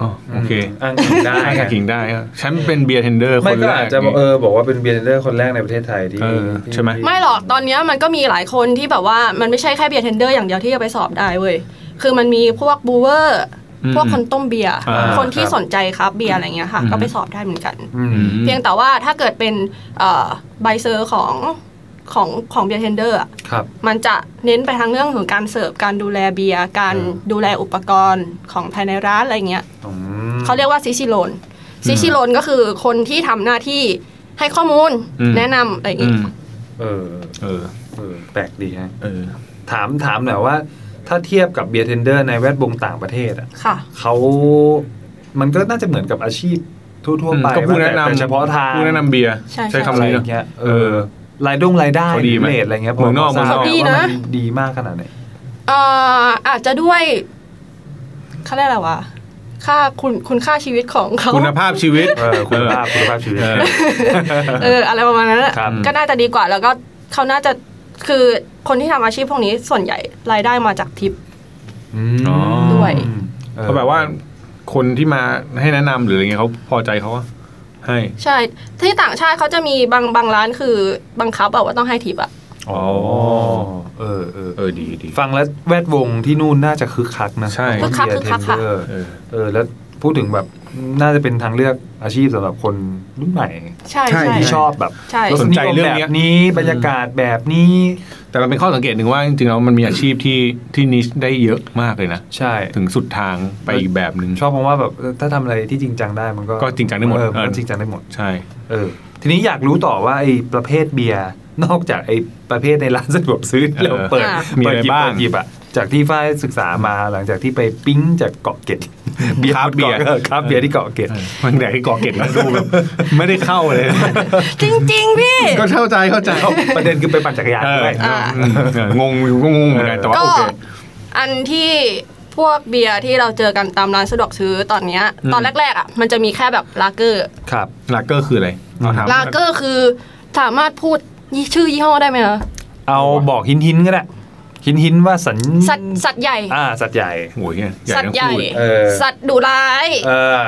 อ๋อโอเค อ้างอิงได้ ได้ ไง ขิงได้ครับฉันเป็นเบียร์เทนเดอร์ค ไม่ น ก็ แรก อาจจะบอกเออบอกว่าเป็นเบียร์เทนเดอร์คนแรกในประเทศไทยที่ เออใช่ไหม ที่ ไม่หรอกตอนเนี้ยมันก็มีหลายคนที่แบบว่ามันไม่ใช่แค่เบียร์เทนเดอร์อย่างเดียวที่จะไปสอบได้เว้ยคือมันมีพวกบูเวอร์ อืม พวกคนต้มเบียร์ อ่า คนที่สนใจครับเบียร์อะไรเงี้ยค่ะ อืม ก็ไปสอบได้เหมือนกัน อืม อืม เพียงแต่ว่าถ้าเกิดเป็นเอ่อใบเซอร์ของของของเบียร์เทนเดอร์ ครับ มันจะเน้นไปทางเรื่องของการเสิร์ฟการดูแลเบียร์การ อืม ดูแลอุปกรณ์ของภายในร้านอะไรเงี้ย อืม เขาเรียกว่าซิซิโลนซิซิโลนก็คือคนที่ทำหน้าที่ให้ข้อมูล อืม แนะนำอะไรอย่าง อื งี้ ม เออ เออ เออ แปลกดีฮะ เออ ถามถามหน่อยว่า ถ้าเทียบกับเบียร์เทนเดอร์ในแวดวงต่างประเทศอ่ะ ค่ะ เขามันก็น่าจะเหมือนกับอาชีพทั่วๆไป อืมก็ผู้แนะนำ ต่เฉพาะทาง ผู้แนะนำเบียร์ ใช่ใช่ คำ อะไร นี้ อ เนาะ ย่างเงี้ยเออรายดงรายได้ เขาดีไหม เลทอะไรเงี้ย เมืองนอก พทเมืองนอราบก ไหม ดีนะ ว่ามัดีมากขนาดไหน เอ่ออาจจะด้วยเขาเรียกอะไรวะค่าคุณคุณค่าชีวิตของเขา คุณภาพชีวิต เออคุณภาพคุณภาพชีวิต เออ เอออะไรประมาณนั้นอะ ครับ ก็น่าจะดีกว่าแล้วก็เขาน่าจะคือคนที่ทำอาชีพพวกนี้ส่วนใหญ่รายได้มาจากทิป ม อ๋อ ด้วย เออ เขาแบบว่าคนที่มาให้แนะนำหรืออะไรเงี้ยเขาพอใจเขาก็ให้ ใช่ ที่ต่างชาติเขาจะมีบางบางร้านคือบังคับอะว่าต้องให้ทิปอะ อ๋อเออเออ เออดีดี ฟังแล้วแวดวงที่นู่นน่าจะคึกคักนะ ใช่ คึกคักคึกคักค่ะ เออ เออ เออแล้วพูดถึงแบบน่าจะเป็นทางเลือกอาชีพสำหรับคนรุ่นใหม่ ใช่ ใช่ ใช่ ที่ชอบแบบ ใช่ รสนิยมแบบนี้บรรยากาศแบบนี้ แต่มันเป็นข้อสังเกตหนึ่งว่าจริงๆแล้วมันมีอาชีพที่ที่นิชได้เยอะมากเลยนะ ใช่ ถึงสุดทางไปอีกแบบหนึ่ง ชอบเพราะว่าแบบเออถ้าทำอะไรที่จริงจังได้มันก็ ก็จริงจังได้หมด เออ เออ มันจริงจังได้หมด ใช่ เออ ทีนี้อยากรู้ต่อว่าไอ้ประเภทเบียร์นอกจากไอ้ประเภทในร้านสะดวกซื้อที่เรา เออ เปิด อ่ะ มีอะไร เปิดหยิ บ้าง เปิดหยิบอะจากที่ฝ้ายศึกษามาหลังจากที่ไปปิ้งจากเกาะเกร็ด เบียร์เบียร์ครับเบียร์ที่เกาะเกร็ด มันแดกที่เกาะเกร็ดแล้วดูแบบ ไม่ได้เข้าเลย จริง ๆ พี่ ก็เข้าใจเข้าใจ ประเด็นคือไปปั่นจักรยาน เออ ด้วย อ่า เอองงอยู่ก็งงเหมือนกันแต่ว่า ก็ โอเค อันที่พวกเบียร์ที่เราเจอกันตามร้านสะดวกซื้อตอนเนี้ย อืม ตอนแรกๆอ่ะมันจะมีแค่แบบลาเกอร์ ครับ ลากเกอร์คืออะไรเราถาม ลาเกอร์คือสามารถพูดยี่ชื่อยี่ห้อได้ไหมคะ เอาบอกหินหินๆก็ได้หินหินๆว่าสัญ สัตว์สัตว์ใหญ่ อ่าสัตว์ใหญ่ โอ้ยเนี่ย สัตว์ให ทั้ ญ่ งคู่ เออ สัตว์ดุร้าย เออ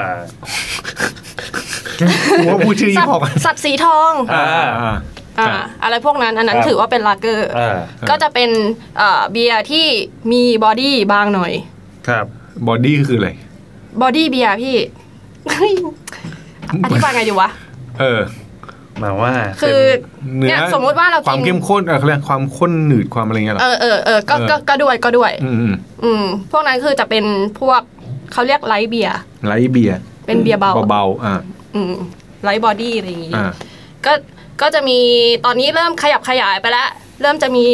กูว่าพูดชื่อ สั ยี่ ต ห้อ ว์ กัน สัตว์สีทอง อ่า อ่า อ่า ครับ อะไรพวกนั้นอันนั้น ครับ ถือว่าเป็นลาเกอร์ เออ ก็จะเป็นเอ่อเบียร์ที่มีบอดี้บางหน่อย ครับ บอดี้คืออะไร บอดี้เบียร์ พี่ อธิบายไงดีวะ เออ หมายว่า คือ เนี่ยสมมุติว่าเรากิน ความเข้มข้นเออเขาเรียกความข้นหนืดความอะไรเงี้ยเหรอ เออเออเออก็ เออ ก็ก็ด้วยก็ด้วย อืมอืม อืม พวกนั้นคือจะเป็นพวกเขาเรียกไลท์เบียร์ ไลท์เบียร์ เป็นเบียร์เบา เบาๆอ่า อืมไลท์บอดี้อะไรอย่างงี้ อ่า ก็ก็จะมีตอนนี้เริ่มขยับขยายไปแล้ว เริ่มจะมี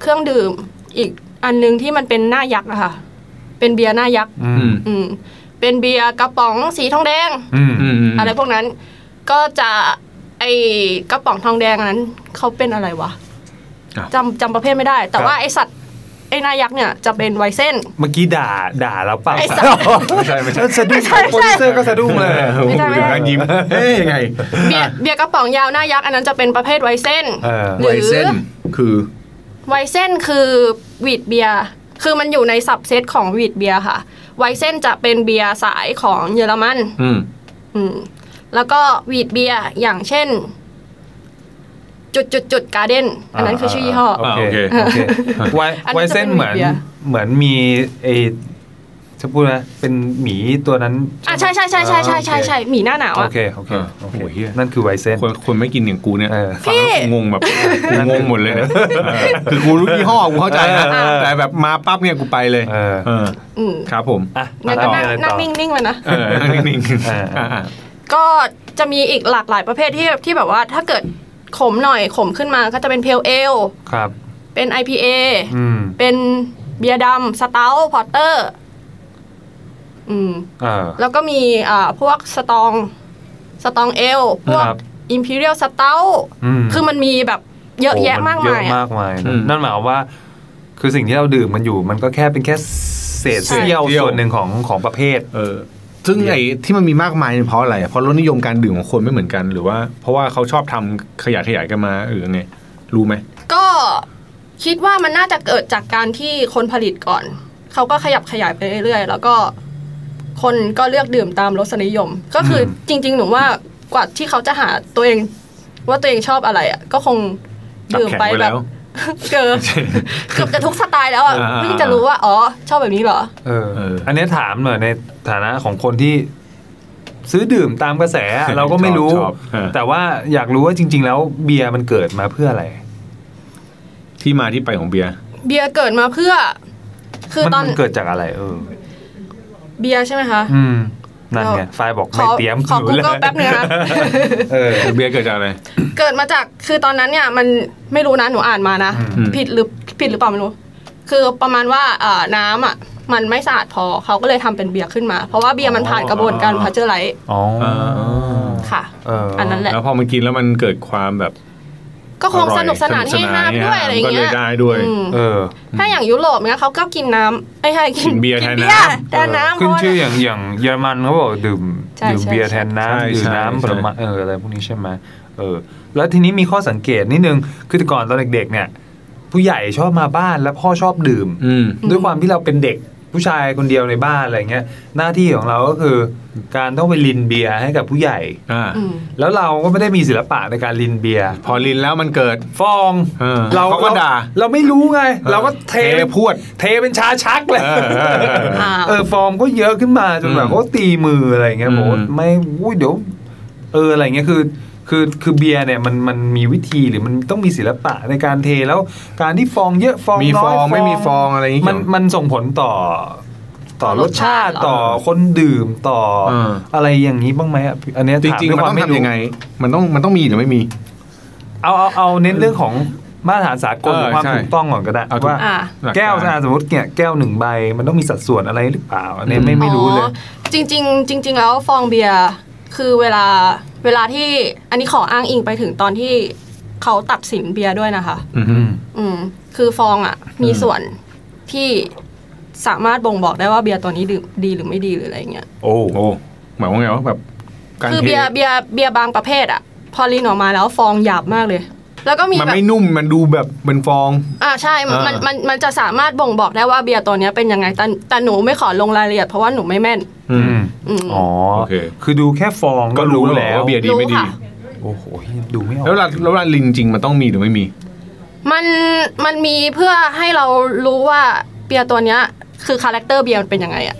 เครื่องดื่มอีกอันหนึงที่มันเป็นหน้ายักษ์อะค่ะ เป็นเบียร์หน้ายักษ์ อื อื ม ม อืม เป็นเบียร์กระป๋องสีทองแดง อืม อืมม อะไรพวกนั้น ก็จะไอกระป๋องทองแดงอันนั้นเขาเป็นอะไรวะ าว จำจำประเภทไม่ได้ แต่ว่าไอสัตว์ไอหน้ายักษ์เนี่ยจะเป็นไวเส้น เมื่อกี้ด่าด่าเราเปล่า ไอ้สัส ไม่ใช่ไม่ใช่ สะดุ้งโปรดิวเซอร์ก็สะดุ้งเลย ไม่ใช่ไม่ใช่ กยิ้มเฮ้ยยังไง เบียร์เบียร์กระป๋องยาวหน้ายักษ์อันนั้นจะเป็นประเภทไวเส้น เออ หรื ไว อ เส้นคือ ไวเส้นคือวีดเบียร์คือมันอยู่ในสับเซตของวีดเบียร์ค่ะ ไวเส้นจะเป็นเบียร์สายของเยอรมัน อืม อืม แล้วก็วีดเบียร์อย่างเช่น จุดจุดจุดการ์เด้นอันนั้นคือชื่อยี่ห้อ โอเค าโอเค โอเคไว อันนั้น ไวเส้น จะเป็น เหมือน เบียร์ เหมือนมีไอจะพูดนะ เป็นหมีตัวนั้น อ่ะใช่ใช่ใช่ใช่ใช่ใช่ใช่หมีหน้าหนาว โอ อ่ะ เค โอเค โอเค โอ้โหเหี้ย นั่นคือไวเส้น คนคนไม่กินอย่างกูเนี่ย เออ ฟังแล้ว พี่ กูงงแบบกูงงหมดเลยนะคือกูรู้ยี่ห้อกูเข้าใจนะ เออ แต่แบบมาปั๊บเนี่ยกูไปเลย เออ เออ อืม ครับผม อ่ะ งั้นก็นั่ง ต่อ นั่ง ต่อ นิ่งๆไว้นะ เออนิ่งๆ เออ อ่า ก็จะมีอีกหลากหลายประเภทที่ที่แบบว่าถ้าเกิดขมหน่อยขมขึ้นมาก็จะเป็นเพลเอล ครับ เป็น IPA อืม เป็นเบียร์ดำสเตลพอร์เตอร์ อืม เออ แล้วก็มีอ่าพวกสตอง สตองเอล พวก ครับ อิมพีเรียลสเตล อืม คือมันมีแบบเยอะแยะ โน มาก เย มา อะ ย มา อะ กมายนะ อืม นั่นหมายความว่า คือสิ่งที่เราดื่มมันอยู่ มันก็แค่เป็นแค่เศษ ใช่ เสี้ยว เสี้ยว ส่วนหนึ่งของของประเภท เออซึ่งไอ้ที่มันมีมากมายเนี่ยเพราะอะไรเพราะรสนิยมการดื่มของคนไม่เหมือนกันหรือว่า เพราะว่าเขาชอบทำขยะขยายกันมาหรือยังไงรู้ไหม ก็คิดว่ามันน่าจะเกิดจากการที่คนผลิตก่อน เขาก็ขยับขยายไปเรื่อยๆ แล้วก็คนก็เลือกดื่มตามรสนิยม ก็คืออจริง ๆ หนูว่ากว่าที่เขาจะหาตัวเอง ว่าตัวเองชอบอะไรอ่ะก็คงดื่มไปแบบ เกินเกือบจะทุกสไตล์แล้วอ่ะ อ่า เพิ่งจะรู้ว่าอ๋อชอบแบบนี้เหรอ เออ เอออั อันนี้ถามหน่อยในฐานะของคนที่ซื้อดื่มตามกระแส เราก็ไม่รู้ ชอบชอบ แต่ว่าอยากรู้ว่าจริง ๆ แล้วเบียร์มันเกิดมาเพื่ออะไร ที่มาที่ไปของเบียร์ เบียร์เกิดมาเพื่อ คือ มัน ตอน มันเกิดจากอะไร เออ เบียร์ใช่ไหมคะ อืม นั่นไง เรา ไฟล์บอก ข ไม่ อ เตรียม ขอ ยู่ Google แป๊บนึงนะ เออ เบียร์เกิดจากอะไร เกิดมาจากคือตอนนั้นเนี่ยมันไม่รู้นะหนูอ่านมานะ อืม ผิดหรือผิดหรือเปล่าไม่รู้ คือประมาณว่าเอ่อน้ำอ่ะมันไม่สะอาดพอเขาก็เลยทำเป็นเบียร์ขึ้นมา เพราะว่าเบียร์มันผ่านกระบวนการพาเจอร์ไลท์ อ๋อ ค่ะ เอออั อันนั้นแหละ แล้วพอมันกินแล้วมันเกิดความแบบ ก็คง อร่อย สนุกสนานให้หน้าไปด้วยอะไรอย่างเงี้ มั ย นก็ลได้ด้วย อืม เออ ถ้าอย่างยุโรปเนี่ยเขาก็กินน้ำไอ้ยใช่กิ กินเบียร์ กิน แทน เบียร์ น้ำ แทนน้ำเพ ขึ้น ราะว่า ชื่ออย่างอย่างเยอรมันเขาบอกดื่ม ใช่ ดื่ม ใช่ เบียร์แทน ใช่ น้ำดื่ใช่มน้ำผลไม้ ใช่ เอออะไรพวกนี้ใช่ไหมเออ แล้วทีนี้มีข้อสังเกตนิดนึงคือแต่ก่อนตอนเด็ก ๆ เนี่ย ผู้ใหญ่ชอบมาบ้านแล้วพ่อชอบดื่ม อืม ด้วยความที่เราเป็นเด็กผู้ชายคนเดียวในบ้านอะไรเงี้ย หน้าที่ของเราก็คือ การต้องไปลินเบียร์ให้กับผู้ใหญ่ อ่า อืม แล้วเราก็ไม่ได้มีศิลปะในการลินเบียร์ พอลินแล้วมันเกิด ฟอง เออเขาก็ด่า เรเราไม่รู้ไง เราก็เท เทพวด เทเป็นชาชักเลย เออเออเออ อ่า เออฟองก็เยอะขึ้นมาจนแบบ อืม เขาตีมืออะไรเงี้ย อืม บอกว่าไม่อุ้ยเดี๋ยว เอออะไรเงี้ยคือคือคือเบียร์เนี่ยมันมันมีวิธีหรือมันต้องมีศิลปะในการเทแล้วการที่ฟองเยอะฟอง มี น้ ฟ อย องไม่มีฟองอะไรอย่างงี้ มันมันส่งผลต่อต่ต่ออ ร ร ส ส ชา ชาติ ติ เหรอ ต่อคนดื่มต่อ เออ อะไรอย่างนี้บ้างไหมอ่ะอันเนี้ย จ ถา ริง ด้ว ๆมันต้อง ควา ทำยังไง มันต้องมันต้องมีหรือไม่มี เอาเอาเอาเน้นเรื่องของมาตรฐานสากล เออ หรือความ ใช่ ถูกต้องก่อนก็ได้ เอาถูก ว่า อ่า หลั แก้ว าร อ่ะสมมติเนี่ยแก้วหนึ่งใบมันต้องมีสัดส่วนอะไรหรือเปล่าอันเนี้ยไม่ไม่รู้เลย อ๋อจริง ๆ จริง ๆ แล้วฟองเบียร์คือเวลาเวลาที่อันนี้ขออ้างอิงไปถึงตอนที่เขาตัดสินเบียร์ด้วยนะคะ อืม อืมคือฟองอ่ะ มีส่วนที่สามารถบ่งบอกได้ว่าเบียร์ตัวนี้ดื่มดีหรือไม่ดีหรืออะไรเงี้ย โอ้โหหมายว่าไงวะแบบการ คือ เท เบียร์เบียร์เบียร์บางประเภทอ่ะ พอลีนออกมาแล้วฟองหยาบมากเลย แล้วก็มี มัน แบบ ไม่นุ่มมันดูแบบเป็นฟอง อ่าใช่มัน อ่ามั มันมันมันจะสามารถบ่งบอกได้ว่าเบียร์ตัวเนี้ยเป็นยังไงแต่แต่หนูไม่ขอลงรายละเอียดเพราะว่าหนูไม่แม่น อืม อืม อ๋อ โอเค คือดูแค่ฟองก็ ก็ รู้ รู้ แล้ แล้ว ว ว่าเบียร์ดีไม่ดี ค่ะ โอ้โหดูไม่ออก แล้วเวลาแล้วเวลาลินจริงมันต้องมีหรือไม่มี มันมันมีเพื่อให้เรารู้ว่าเบียร์ตัวเนี้ยคือคาแรคเตอร์เบียร์มันเป็นยังไงอะ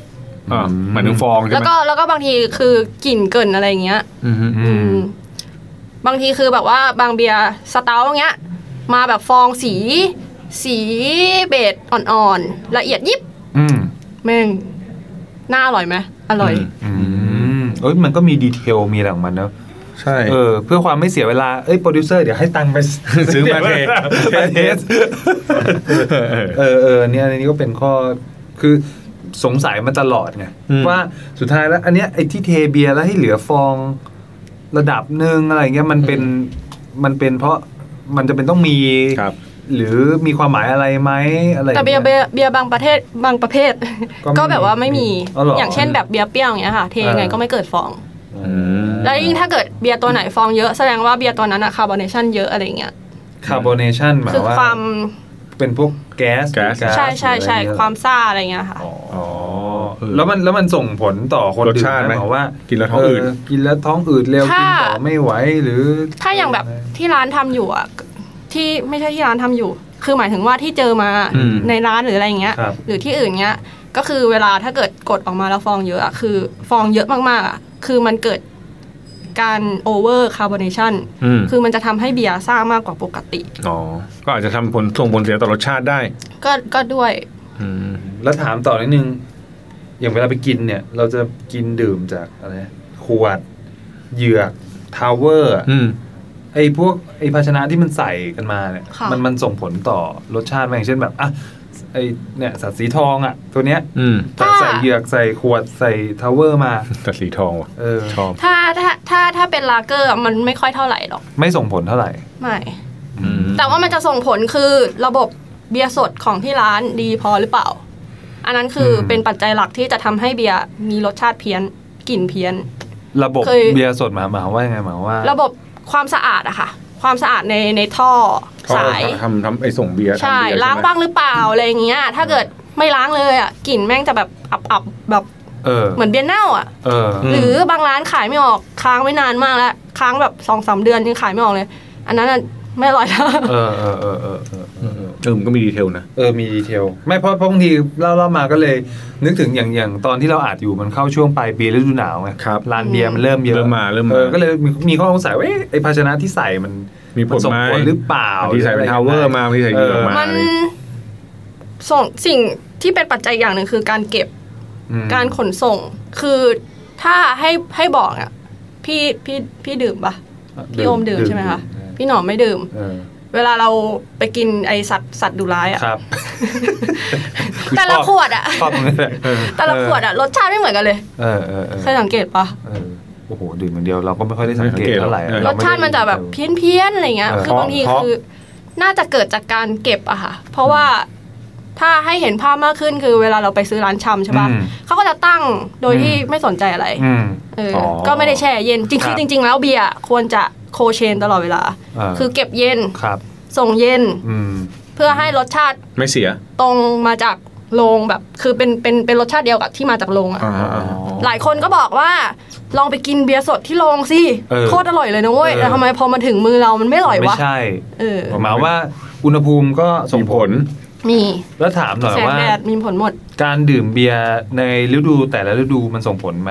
อ่าหมายถึงฟองใช่ แล้ว ไหม ก็แล้วก็บางทีคือกลิ่นเกรินอะไรอย่างเงี้ย อือฮึ อื อื ม มบางทีคือแบบว่าบางเบียร์สเตาท์เงี้ย มาแบบฟองสี สีเบจอ่อนๆ ละเอียดยิบ อืม แม่งน่าอร่อยไหมอร่อย อืมเอ้ยมันก็มีดีเทลมีอะไรของมันเนอะ ใช่ เออเพื่อความไม่เสียเวลาเอ้ยโปรดิวเซอร์เดี๋ยวให้ตังค์ไป ซื้อ มาเท มาเทส เออเออเนี่ยอันนี้ก็เป็นข้อคือสงสัยมาตลอดไง อืม ว่าสุดท้ายแล้ว อันเนี้ยไอ้ที่เทเบียร์แล้วให้เหลือฟองระดับหนึ่งอะไรเงี้ยมันเป็นมันเป็นเพราะมันจะเป็นต้องมี ครับ หรือมีความหมายอะไรไหมอะไรอาง แต่เบีย งี้ ร์เบียร์เบียร์บางประเทศบางประเภท ก็ไม่ ก็แบบว่าไม่มี อ๋อเหรอ อย่างเช่นแบบเบียร์เปรี้ยวอย่างเงี้ยค่ะ เทยังไง เออ ก็ไม่เกิดฟอง อืม แล้วยิ่งถ้าเกิดเบียร์ตัวไหนฟองเยอะแสดงว่าเบียร์ตัวนั้นอะคาร์บอเนชันเยอะอะไรเงี้ย คาร์บอเนชันหมาย คือ ว่า ความ เป็นพวกแก๊สหรือก๊าซ ใช่ใช่ใช่ หรืออะไรเงี้ย ความซ่าอะไรเงี้ยค่ะ อ๋อเออ แล้วมันแล้วมันส่งผลต่อคน รส ดื่ม ชาติไหม มายความว่า กินแล้วท้องอืด เกินแล้วท้องอืดเร็ว ถ้า กินต่อไม่ไหวหรือ ถ้าอย่างแบบที่ร้านทำอยู่อ่ะที่ไม่ใช่ที่ร้านทำอยู่ คือหมายถึงว่าที่เจอมา อืม ในร้านหรืออะไรอย่างเงี้ย ครับ หรือที่อื่นเงี้ย ก็คือเวลาถ้าเกิดกดออกมาแล้วฟองเยอะอะคือฟองเยอะมากๆอ่ะคือมันเกิดการโอเวอร์คาร์บอเนชัน อืม คือมันจะทำให้เบียร์ซ่ามากกว่าปกติ อ๋อก็อาจจะทำผลส่งผลเสียต่อรสชาติได้ ก็ก็ด้วย อืม แล้วถามต่อนิดนึง อย่างเวลาไปกินเนี่ย เราจะกินดื่มจากอะไรขวด เหยือกทาวเวอร์ อืม ไอ้พวกไอ้ภาชนะที่มันใส่กันมาเนี่ย ค่ะ มันมันส่งผลต่อรสชาติไหมอย่างเช่นแบบอ่ะไอ้เนี่ยสัตว์สีทองอ่ะ ตัวเนี้ย อืม แต่ใส่เหยือกใส่ขวดใส่ทาวเวอร์มา แต่สีทองว่ะ เออ ชอบ ถ้าถ้าถ้าถ้าเป็นลาเกอร์อะมันไม่ค่อยเท่าไหร่หรอก ไม่ส่งผลเท่าไหร่ ไม่ อืม แต่ว่ามันจะส่งผลคือระบบเบียร์สดของที่ร้านดีพอหรือเปล่า อันนั้นคืออ ม เป็นปัจจัยหลักที่จะทำให้เบียร์มีรสชาติเพี้ยนกลิ่นเพี้ยน ระบบ เคย เบียร์สดหมาหมายความว่ายังไงหมายความว่า ระบบความสะอาดอะค่ะ ความสะอาดในในท่อสาย ทำทำไอ้ส่งเบียร์ ใช่ ทำเบียร์ ล้าง ใช่ไหม บ้างหรือเปล่าอะไรอย่างเงี้ย ถ้าเกิดไม่ล้างเลยอะกลิ่นแม่งจะแบบอับอับๆแบบ เออ เหมือนเบียร์เน่าอะ เออ หรือบางร้านขายไม่ออกค้างไว้นานมากแล้วค้างแบบสองสามเดือนยังขายไม่ออกเลย อันนั้นอะไม่อร่อยแล้ว เออเออเออเออเออเออ เออมันก็มีดีเทลนะ เออ มีดีเทล ไม่เพราะเพราะบางทีเล่าเล่ามาก็เลย นึกถึงอย่างอย่างตอนที่เราอาจอยู่มันเข้าช่วงปลายปีฤดูหนาวไง ครับ ลานเบียร์มันเริ่มเยอะ เริ่มมาเริ่มมา ออก็เลยมีมีข้อสงสัยว่าเอ๊ะไอภาชนะที่ใส่มัน มีผล นส่ง ไหม หรือเปล่า บางทีใส่เป็น tower มาบางทีใส่เหยือกมา มันส่งสิ่งที่เป็นปัจจัยอย่างหนึ่งคือการเก็บ อืม การขนส่ง คือถ้าให้ให้บอกอ่ะพี่พี่พี่ดื่มปะพี่โอมดื่มใช่ไหมคะพี่หนอมไม่ดื่ม เออ เวลาเราไปกินไอสัตว์สัตว์ดุร้ายอ่ะ ครับ แต่ละขวดอ่ะ ชอบตรงนี้แหละเออ แต่ละขวดอ่ะรสชาติไม่เหมือนกันเลย เออเออเออ เคยสังเกตปะ เออโอ้โหดื่มอย่างเดียวเราก็ไม่ค่อยได้สังเกตเท่าไหร่ เอรอเไได้ สชาติมันจะแบบเพี้ยนเพี้ยนๆอะไรเงี้ย เออ คือบางที เพราะ คือ น่าจะเกิดจากการเก็บอะค่ะ เพราะว่าถ้าให้เห็นภาพมากขึ้นคือเวลาเราไปซื้อร้านชำใช่ปะ อืม เขาก็จะตั้งโดยที่ อืม ไม่สนใจอะไร อืม เอออ อ ก็ไม่ได้แช่เย็น จริง ครั คือบ จริง ๆ แล้วเบียร์ควรจะโคเชนตลอดเวลา อ่า คือเก็บเย็น ครับ ส่งเย็น อืม เพื่อให้รสชาติ ไม่เสีย ตรงมาจากโรงแบบ คือเป็นเป็นเป็นรสชาติเดียวกับที่มาจากโรงอะ อ่าอ่าอ่า หลายคนก็บอกว่า ลองไปกินเบียร์สดที่โรงสิ เออ โคตรอร่อยเลยนะเว้ย เออ แต่ทำไมพอมาถึงมือเรามันไม่อร่อยวะ ไม่ใช่ เออ หมายว่าอุณหภูมิก็ส่ง มี ผ ผ ล ล มี แล้วถามหน่อย แสง ว่า แดดมีผลหมด การดื่มเบียร์ในฤดูแต่ละฤดูมันส่งผลไหม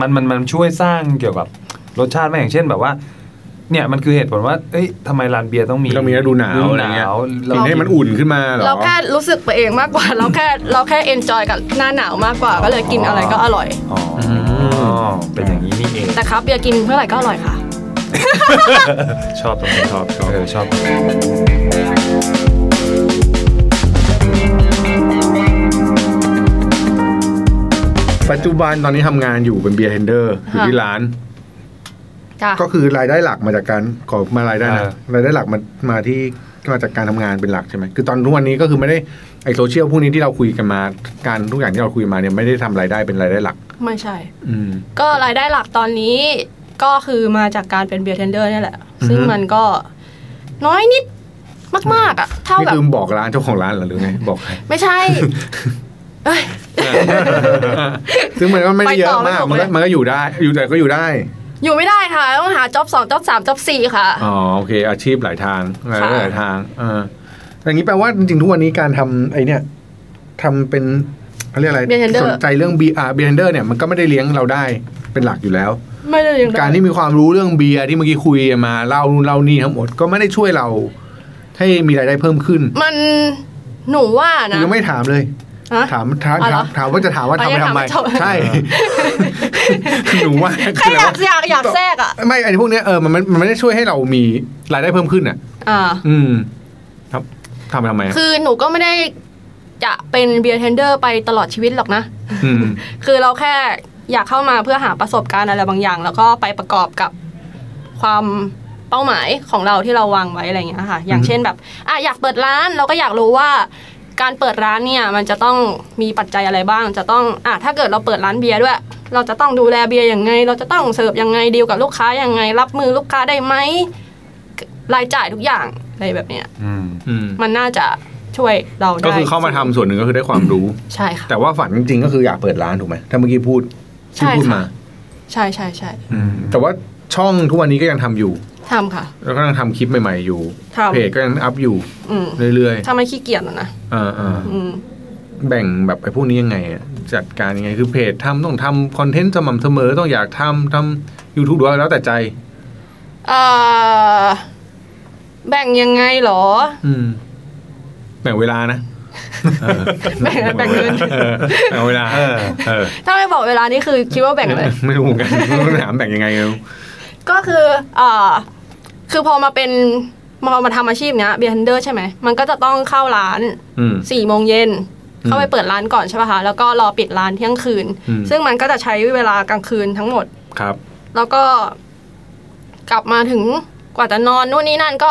มันมันมันช่วยสร้างเกี่ยวกับรสชาติไหมอย่างเช่นแบบว่า เนี่ยมันคือเหตุผลว่า เอ้ยทำไมร้านเบียร์ต้องมี ต้องมีฤดูหนาวอะไรเงี้ย เรา กินให้มันอุ่นขึ้นมาเหรอ เราแค่รู้สึกไปเองมากกว่า เราแค่เราแค่เอนจอยกับหน้าหนาวมากกว่า ก็เลยกินอะไรก็อร่อย อ๋ออเป็นอย่างนี้นี่เอง แต่ครับเบียร์กินเมื่อไหร่ก็อร่อยค่ะ ชอบตรงนี้ชอบชอบเออชอบ ปัจจุบันตอนนี้ทำงานอยู่เป็นเบียร์เทนเดอร์อยู่ที่ร้าน จ้ะ ก็คือรายได้หลักมาจากการขอมารายได้นะ อ่าร ายได้หลักมามาที่มาจากการทำงานเป็นหลักใช่ไหมคือตอนทุกวันนี้ก็คือไม่ได้ไอโซเชียลพวกนี้ที่เราคุยกันมาการทุกอย่างที่เราคุยมาเนี่ยไม่ได้ทำรายได้เป็นรายได้หลัก ไม่ใช่ อืม ก็รายได้หลักตอนนี้ก็คือมาจากการเป็นเบียร์เทนเดอร์นี่ยแหละ ซึ่งมันก็น้อยนิดมาก ๆอ่ะเท่า นี่ แบบ คือบอกร้านเจ้าของร้านเหรอหรือไงบอกใคร ไม่ ใช่ เอ้ย ซึ่งมันก็ไม่ได้เย ไปต่ อะ อไม่ มาก จบ มัน เลยก็มันก็อยู่ได้ อยู่แต่ก็อยู่ได้ อยู่ไม่ได้ค่ะ ต้องหาจ็อบสองจ็อบสามจ็อบสี่ค่ะ อ๋อโอเคอาชีพหลายทางหลาย ค่ะ หลายทางเอออย่างนี้แปลว่าจริงๆทุกวันนี้การทำไอเนี่ยทำเป็นเขาเรียกอะไร Beer tender สนใจเรื่องเบียร์เบียร์เฮนเดอร์เนี่ยมันก็ไม่ได้เลี้ยงเราได้เป็นหลักอยู่แล้ว ไม่ได้ยังไง การที่มีความรู้เรื่องเบียร์ที่เมื่อกี้คุยมาเล่านู่นเล่านี่ทั้งหมดก็ไม่ได้ช่วยเรา ให้มีรายได้เพิ่มขึ้น มันหนูว่านะ ยังไม่ถามเลย ฮะ ถามถาม อ๋อเหร ถา อ มถามว่าจะถามว่า อ๋ ทำ อ ไป ยัง ทำไม ถามไม่จบ ใช่ หนูว่า แค่อยากอยากอยากแทรกอ่ะ ไม่ไอ้พวกเนี้ยเออมันมันมันไม่ได้ช่วยให้เรามีรายได้เพิ่มขึ้นอ่ะ อ่า อืมครับทำไปทำไมอะ คือหนูก็ไม่ได้จะเป็นเบียร์เทนเดอร์ไปตลอดชีวิตหรอกนะ ืม คือเราแค่อยากเข้ามาเพื่อหาประสบการณ์อะไรบางอย่าง แล้วก็ไปประกอบกับความเป้าหมายของเราที่เราวางไว้อะไรอย่างเงี้ยค่ะ อย่า อื ง อฮึ เช่นแบบอ่ะอยากเปิดร้านเราก็อยากรู้ว่า การเปิดร้านเนี่ยมันจะต้องมีปัจจัยอะไรบ้าง จะต้องอ่ะถ้าเกิดเราเปิดร้านเบียร์ด้วย เราจะต้องดูแลเบียร์ยังไง เราจะต้องเสิร์ฟยังไงดีลกับลูกค้ายังไง รับมือลูกค้าได้ไหมรายจ่ายทุกอย่างอะไรแบบเนี้ย อืม อืม มันน่าจะช่วยเราได้ ก็คือเข้ามาทำส่วนหนึ่งก็คือได้ความรู้ ใช่ค่ะ แต่ว่าฝันจริงๆก็คืออยากเปิดร้านถูกไหมถ้าเมื่อกี้พูดที่ ใช่ พูด ค่ะ มา ใช่ใช่ใช่ อืม แต่ว่าช่องทุกวันนี้ก็ยังทำอยู่ ทำค่ะ แล้วก็ยังทำคลิปใหม่ๆอยู่ ทำ เพจก็ยังอัพอยู่ อืม เรื่อย ถ้าไม่ขี้เกียจอะนะ ๆอ่า อืม ๆแบ่งแบบไอ้พวกนี้ยังไงอะจัดการยังไงคือเพจทำต้องทำคอนเทนต์สม่ำเสมอต้องอยากทำทำ YouTube ด้วยแล้วแต่ใจ เอ่อแบ่งยังไงเหรอ อืม แบ่งเวลานะเออ แบ่งแบ่งเงิน ออแบ่งเวลา เออ เออ ถ้าไม่บอกเวลานี่คือคิดว่าแบ่ง เลย ไม่รู้เหมือนกันไม่รู้ถามแบ่งยังไงเอา ก็คือเอ่อคือพอมาเป็นพอมาทำอาชีพเนี้ยเบียร์เทนเดอร์ใช่ไหม มันก็จะต้องเข้าร้าน อืม 4ี่โมงเย็น อืม เข้าไปเปิดร้านก่อนใช่ป่ะคะ แล้วก็รอปิดร้านเที่ยงคืน อืม ซึ่งมันก็จะใช้เวลากลางคืนทั้งหมด ครับ แล้วก็กลับมาถึงกว่าจะนอนนู่นนี่นั่นก็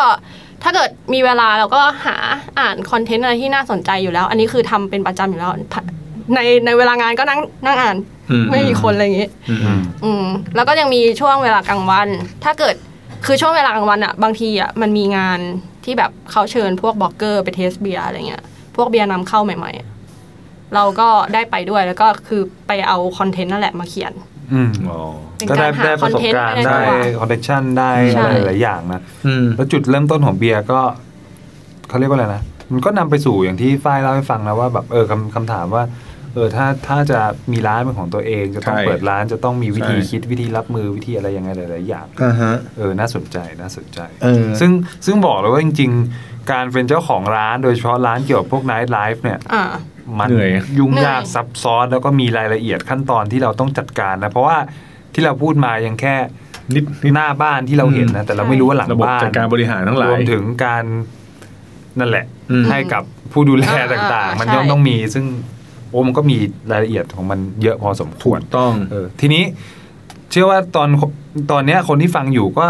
ถ้าเกิดมีเวลาเราก็หาอ่านคอนเทนต์อะไรที่น่าสนใจอยู่แล้ว อันนี้คือทำเป็น ประจำอยู่แล้วในในเวลางานก็นั่งนั่งอ่าน อืม ไม่มีคนอะไรอย่างงี้ อืม อื อืม ม อืมแล้วก็ยังมีช่วงเวลากลางวัน ถ้าเกิดคือช่วงเวลากลางวันอะบางทีอะมันมีงานที่แบบเขาเชิญพวกบล็อกเกอร์ไปเทสเบียร์อะไรเงี้ย พวกเบียร์นำเข้าใหม่ๆอะเราก็ได้ไปด้วยแล้วก็คือไปเอาคอนเทนต์นั่นแหละมาเขียน อืม อ๋อ เป็น ก็ กา ได้ รหา ได้ ค ป อน ระสบ เทนต์ การณ์ ไปใน ได้ จังหวะ คอนเนคชั่นได้ ใช่ อะไรหลายอย่างนะ อืม แล้วจุดเริ่มต้นของเบียร์ก็เขาเรียกว่าอะไรนะ มันก็นำไปสู่อย่างที่ฝ้ายเล่าให้ฟังนะว่าแบบเออคำคำถามว่าเออถ้าถ้าจะมีร้านเป็นของตัวเอง จะต้อง ใช่ เปิดร้านจะต้องมีวิธี ใช่ คิดวิธีรับมือวิธีอะไรยังไงหลายๆอย่าง อ่าฮะ เออ น่าสนใจ น่าสนใจ เออ ซึ่ง ซึ่งบอกเลยว่าจริง ๆ การเป็นเจ้าของร้านโดยเฉพาะร้านเกี่ยวกับพวก Night Life เนี่ย อ่า มัน เหนื่อย ยุ่งยาก เหนื่อย ซับซ้อนแล้วก็มีรายละเอียดขั้นตอนที่เราต้องจัดการนะ เพราะว่าที่เราพูดมายังแค่ นิดนิด หน้าบ้านที่เราเห็นนะ แต่เราไม่รู้ว่าหลัง ระบบ บ้าน จัดการบริหารทั้งหลาย รวมถึงการนั่นแหละ อืม ให้กับผู้ดูแล อ่า ต่าง ๆ มัน ใช่ ย่อมต้องมี ซึ่งโอ้มันก็มีรายละเอียดของมันเยอะพอสมค ถู วร กต้อง เออทีนี้เชื่อว่าตอนตอนเนี้ยคนที่ฟังอยู่ก็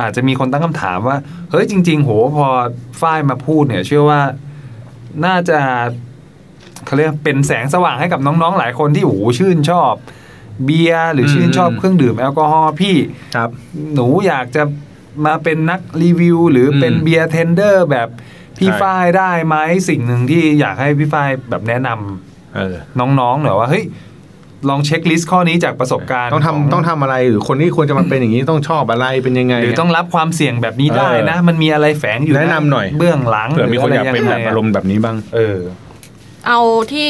อาจจะมีคนตั้งคำถามว่า เฮ้ยจริง ๆ โหพอฝ้ายมาพูดเนี่ย เชื่อว่าน่าจะเขาเรียกเป็นแสงสว่างให้กับน้องๆ หลายคนที่โอ้โหชื่นชอบ เบียร์หรือชื่นชอบ อืม เครื่องดื่มแอลกอฮอล์พี่ ครับ หนูอยากจะมาเป็นนักรีวิว หรือเป็น อืม เบียร์เทนเดอร์แบบพี่ ใช่ ฝ้ายได้ไหมสิ่งหนึ่งที่อยากให้พี่ฝ้ายแบบแนะนำ เออ น้องๆหน่อยว่าเฮ้ยลองเช็คลิสต์ข้อนี้จากประสบการณ์ ต้องทำ ข ต้องทำอะไรหรือคนที่ควรจะมาเป็นอย่างนี้ต้องชอบอะไรเป็นยังไง หรือต้องรับความเสี่ยงแบบนี้ได้นะ มันมีอะไรแฝงอยู่ แนะนำหน่อย เบื้องหลัง เผื่อมีคนอยากเป็นแบบหะไง อารมณ์แบบนี้บ้าง เออ เอาที่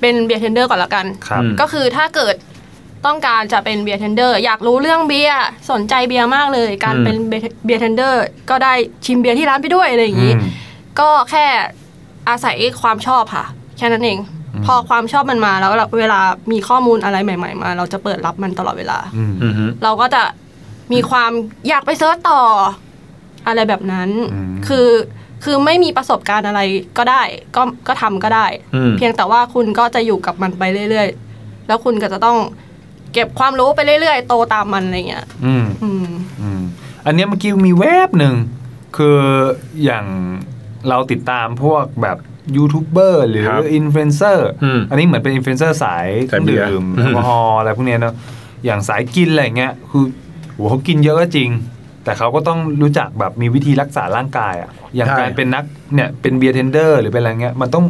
เป็นเบียร์เทนเดอร์ก่อนละกัน ครับ อืม ก็คือถ้าเกิดต้องการจะเป็นเบียร์เทนเดอร์อยากรู้เรื่องเบียร์สนใจเบียร์มากเลย การ อืม เป็นเบียร์เทนเดอร์ก็ได้ชิมเบียร์ที่ร้านไปด้วยอะไรอย่างนี้ อืม ก็แค่อาศัยความชอบค่ะแค่นั้นเอง พอความชอบมันมาแล้วเราเวลามีข้อมูลอะไรใหม่ ๆ มา เราจะเปิดรับมันตลอดเวลา อืม อือฮึ เราก็จะมีความอยากไปเซิร์ชต่ออะไรแบบนั้น อืม คือคือไม่มีประสบการณ์อะไรก็ได้ ก็ก็ทำก็ได้ อืม เพียงแต่ว่าคุณก็จะอยู่กับมันไปเรื่อยๆ แล้วคุณก็จะต้องเก็บความรู้ไปเรื่อยๆ โตตามมันอะไรเงี้ย อืม อืม อืมอันเนี้ยเมื่อกี้มีแวบหนึ่ง คืออย่างเราติดตามพวกแบบยูทูบเบอร์หรืออินฟลูเอนเซอร์ อืม อันนี้เหมือนเป็นอินฟลูเอนเซอร์สายเค สายรื่อง เบียร์ ดื่มแอลกอฮอล์อะไรพวกเนี้ยเนอะอย่างสายกินอะไรอย่างเงี้ยคือโหเขากินเยอะก็จริง แต่เขาก็ต้องรู้จักแบบมีวิธีรักษาร่างกายอะอย่าง ใช่ การเป็นนักเนี่ยเป็นเบียร์เทนเดอร์หรือเป็นอะไรเงี้ยมันต้อง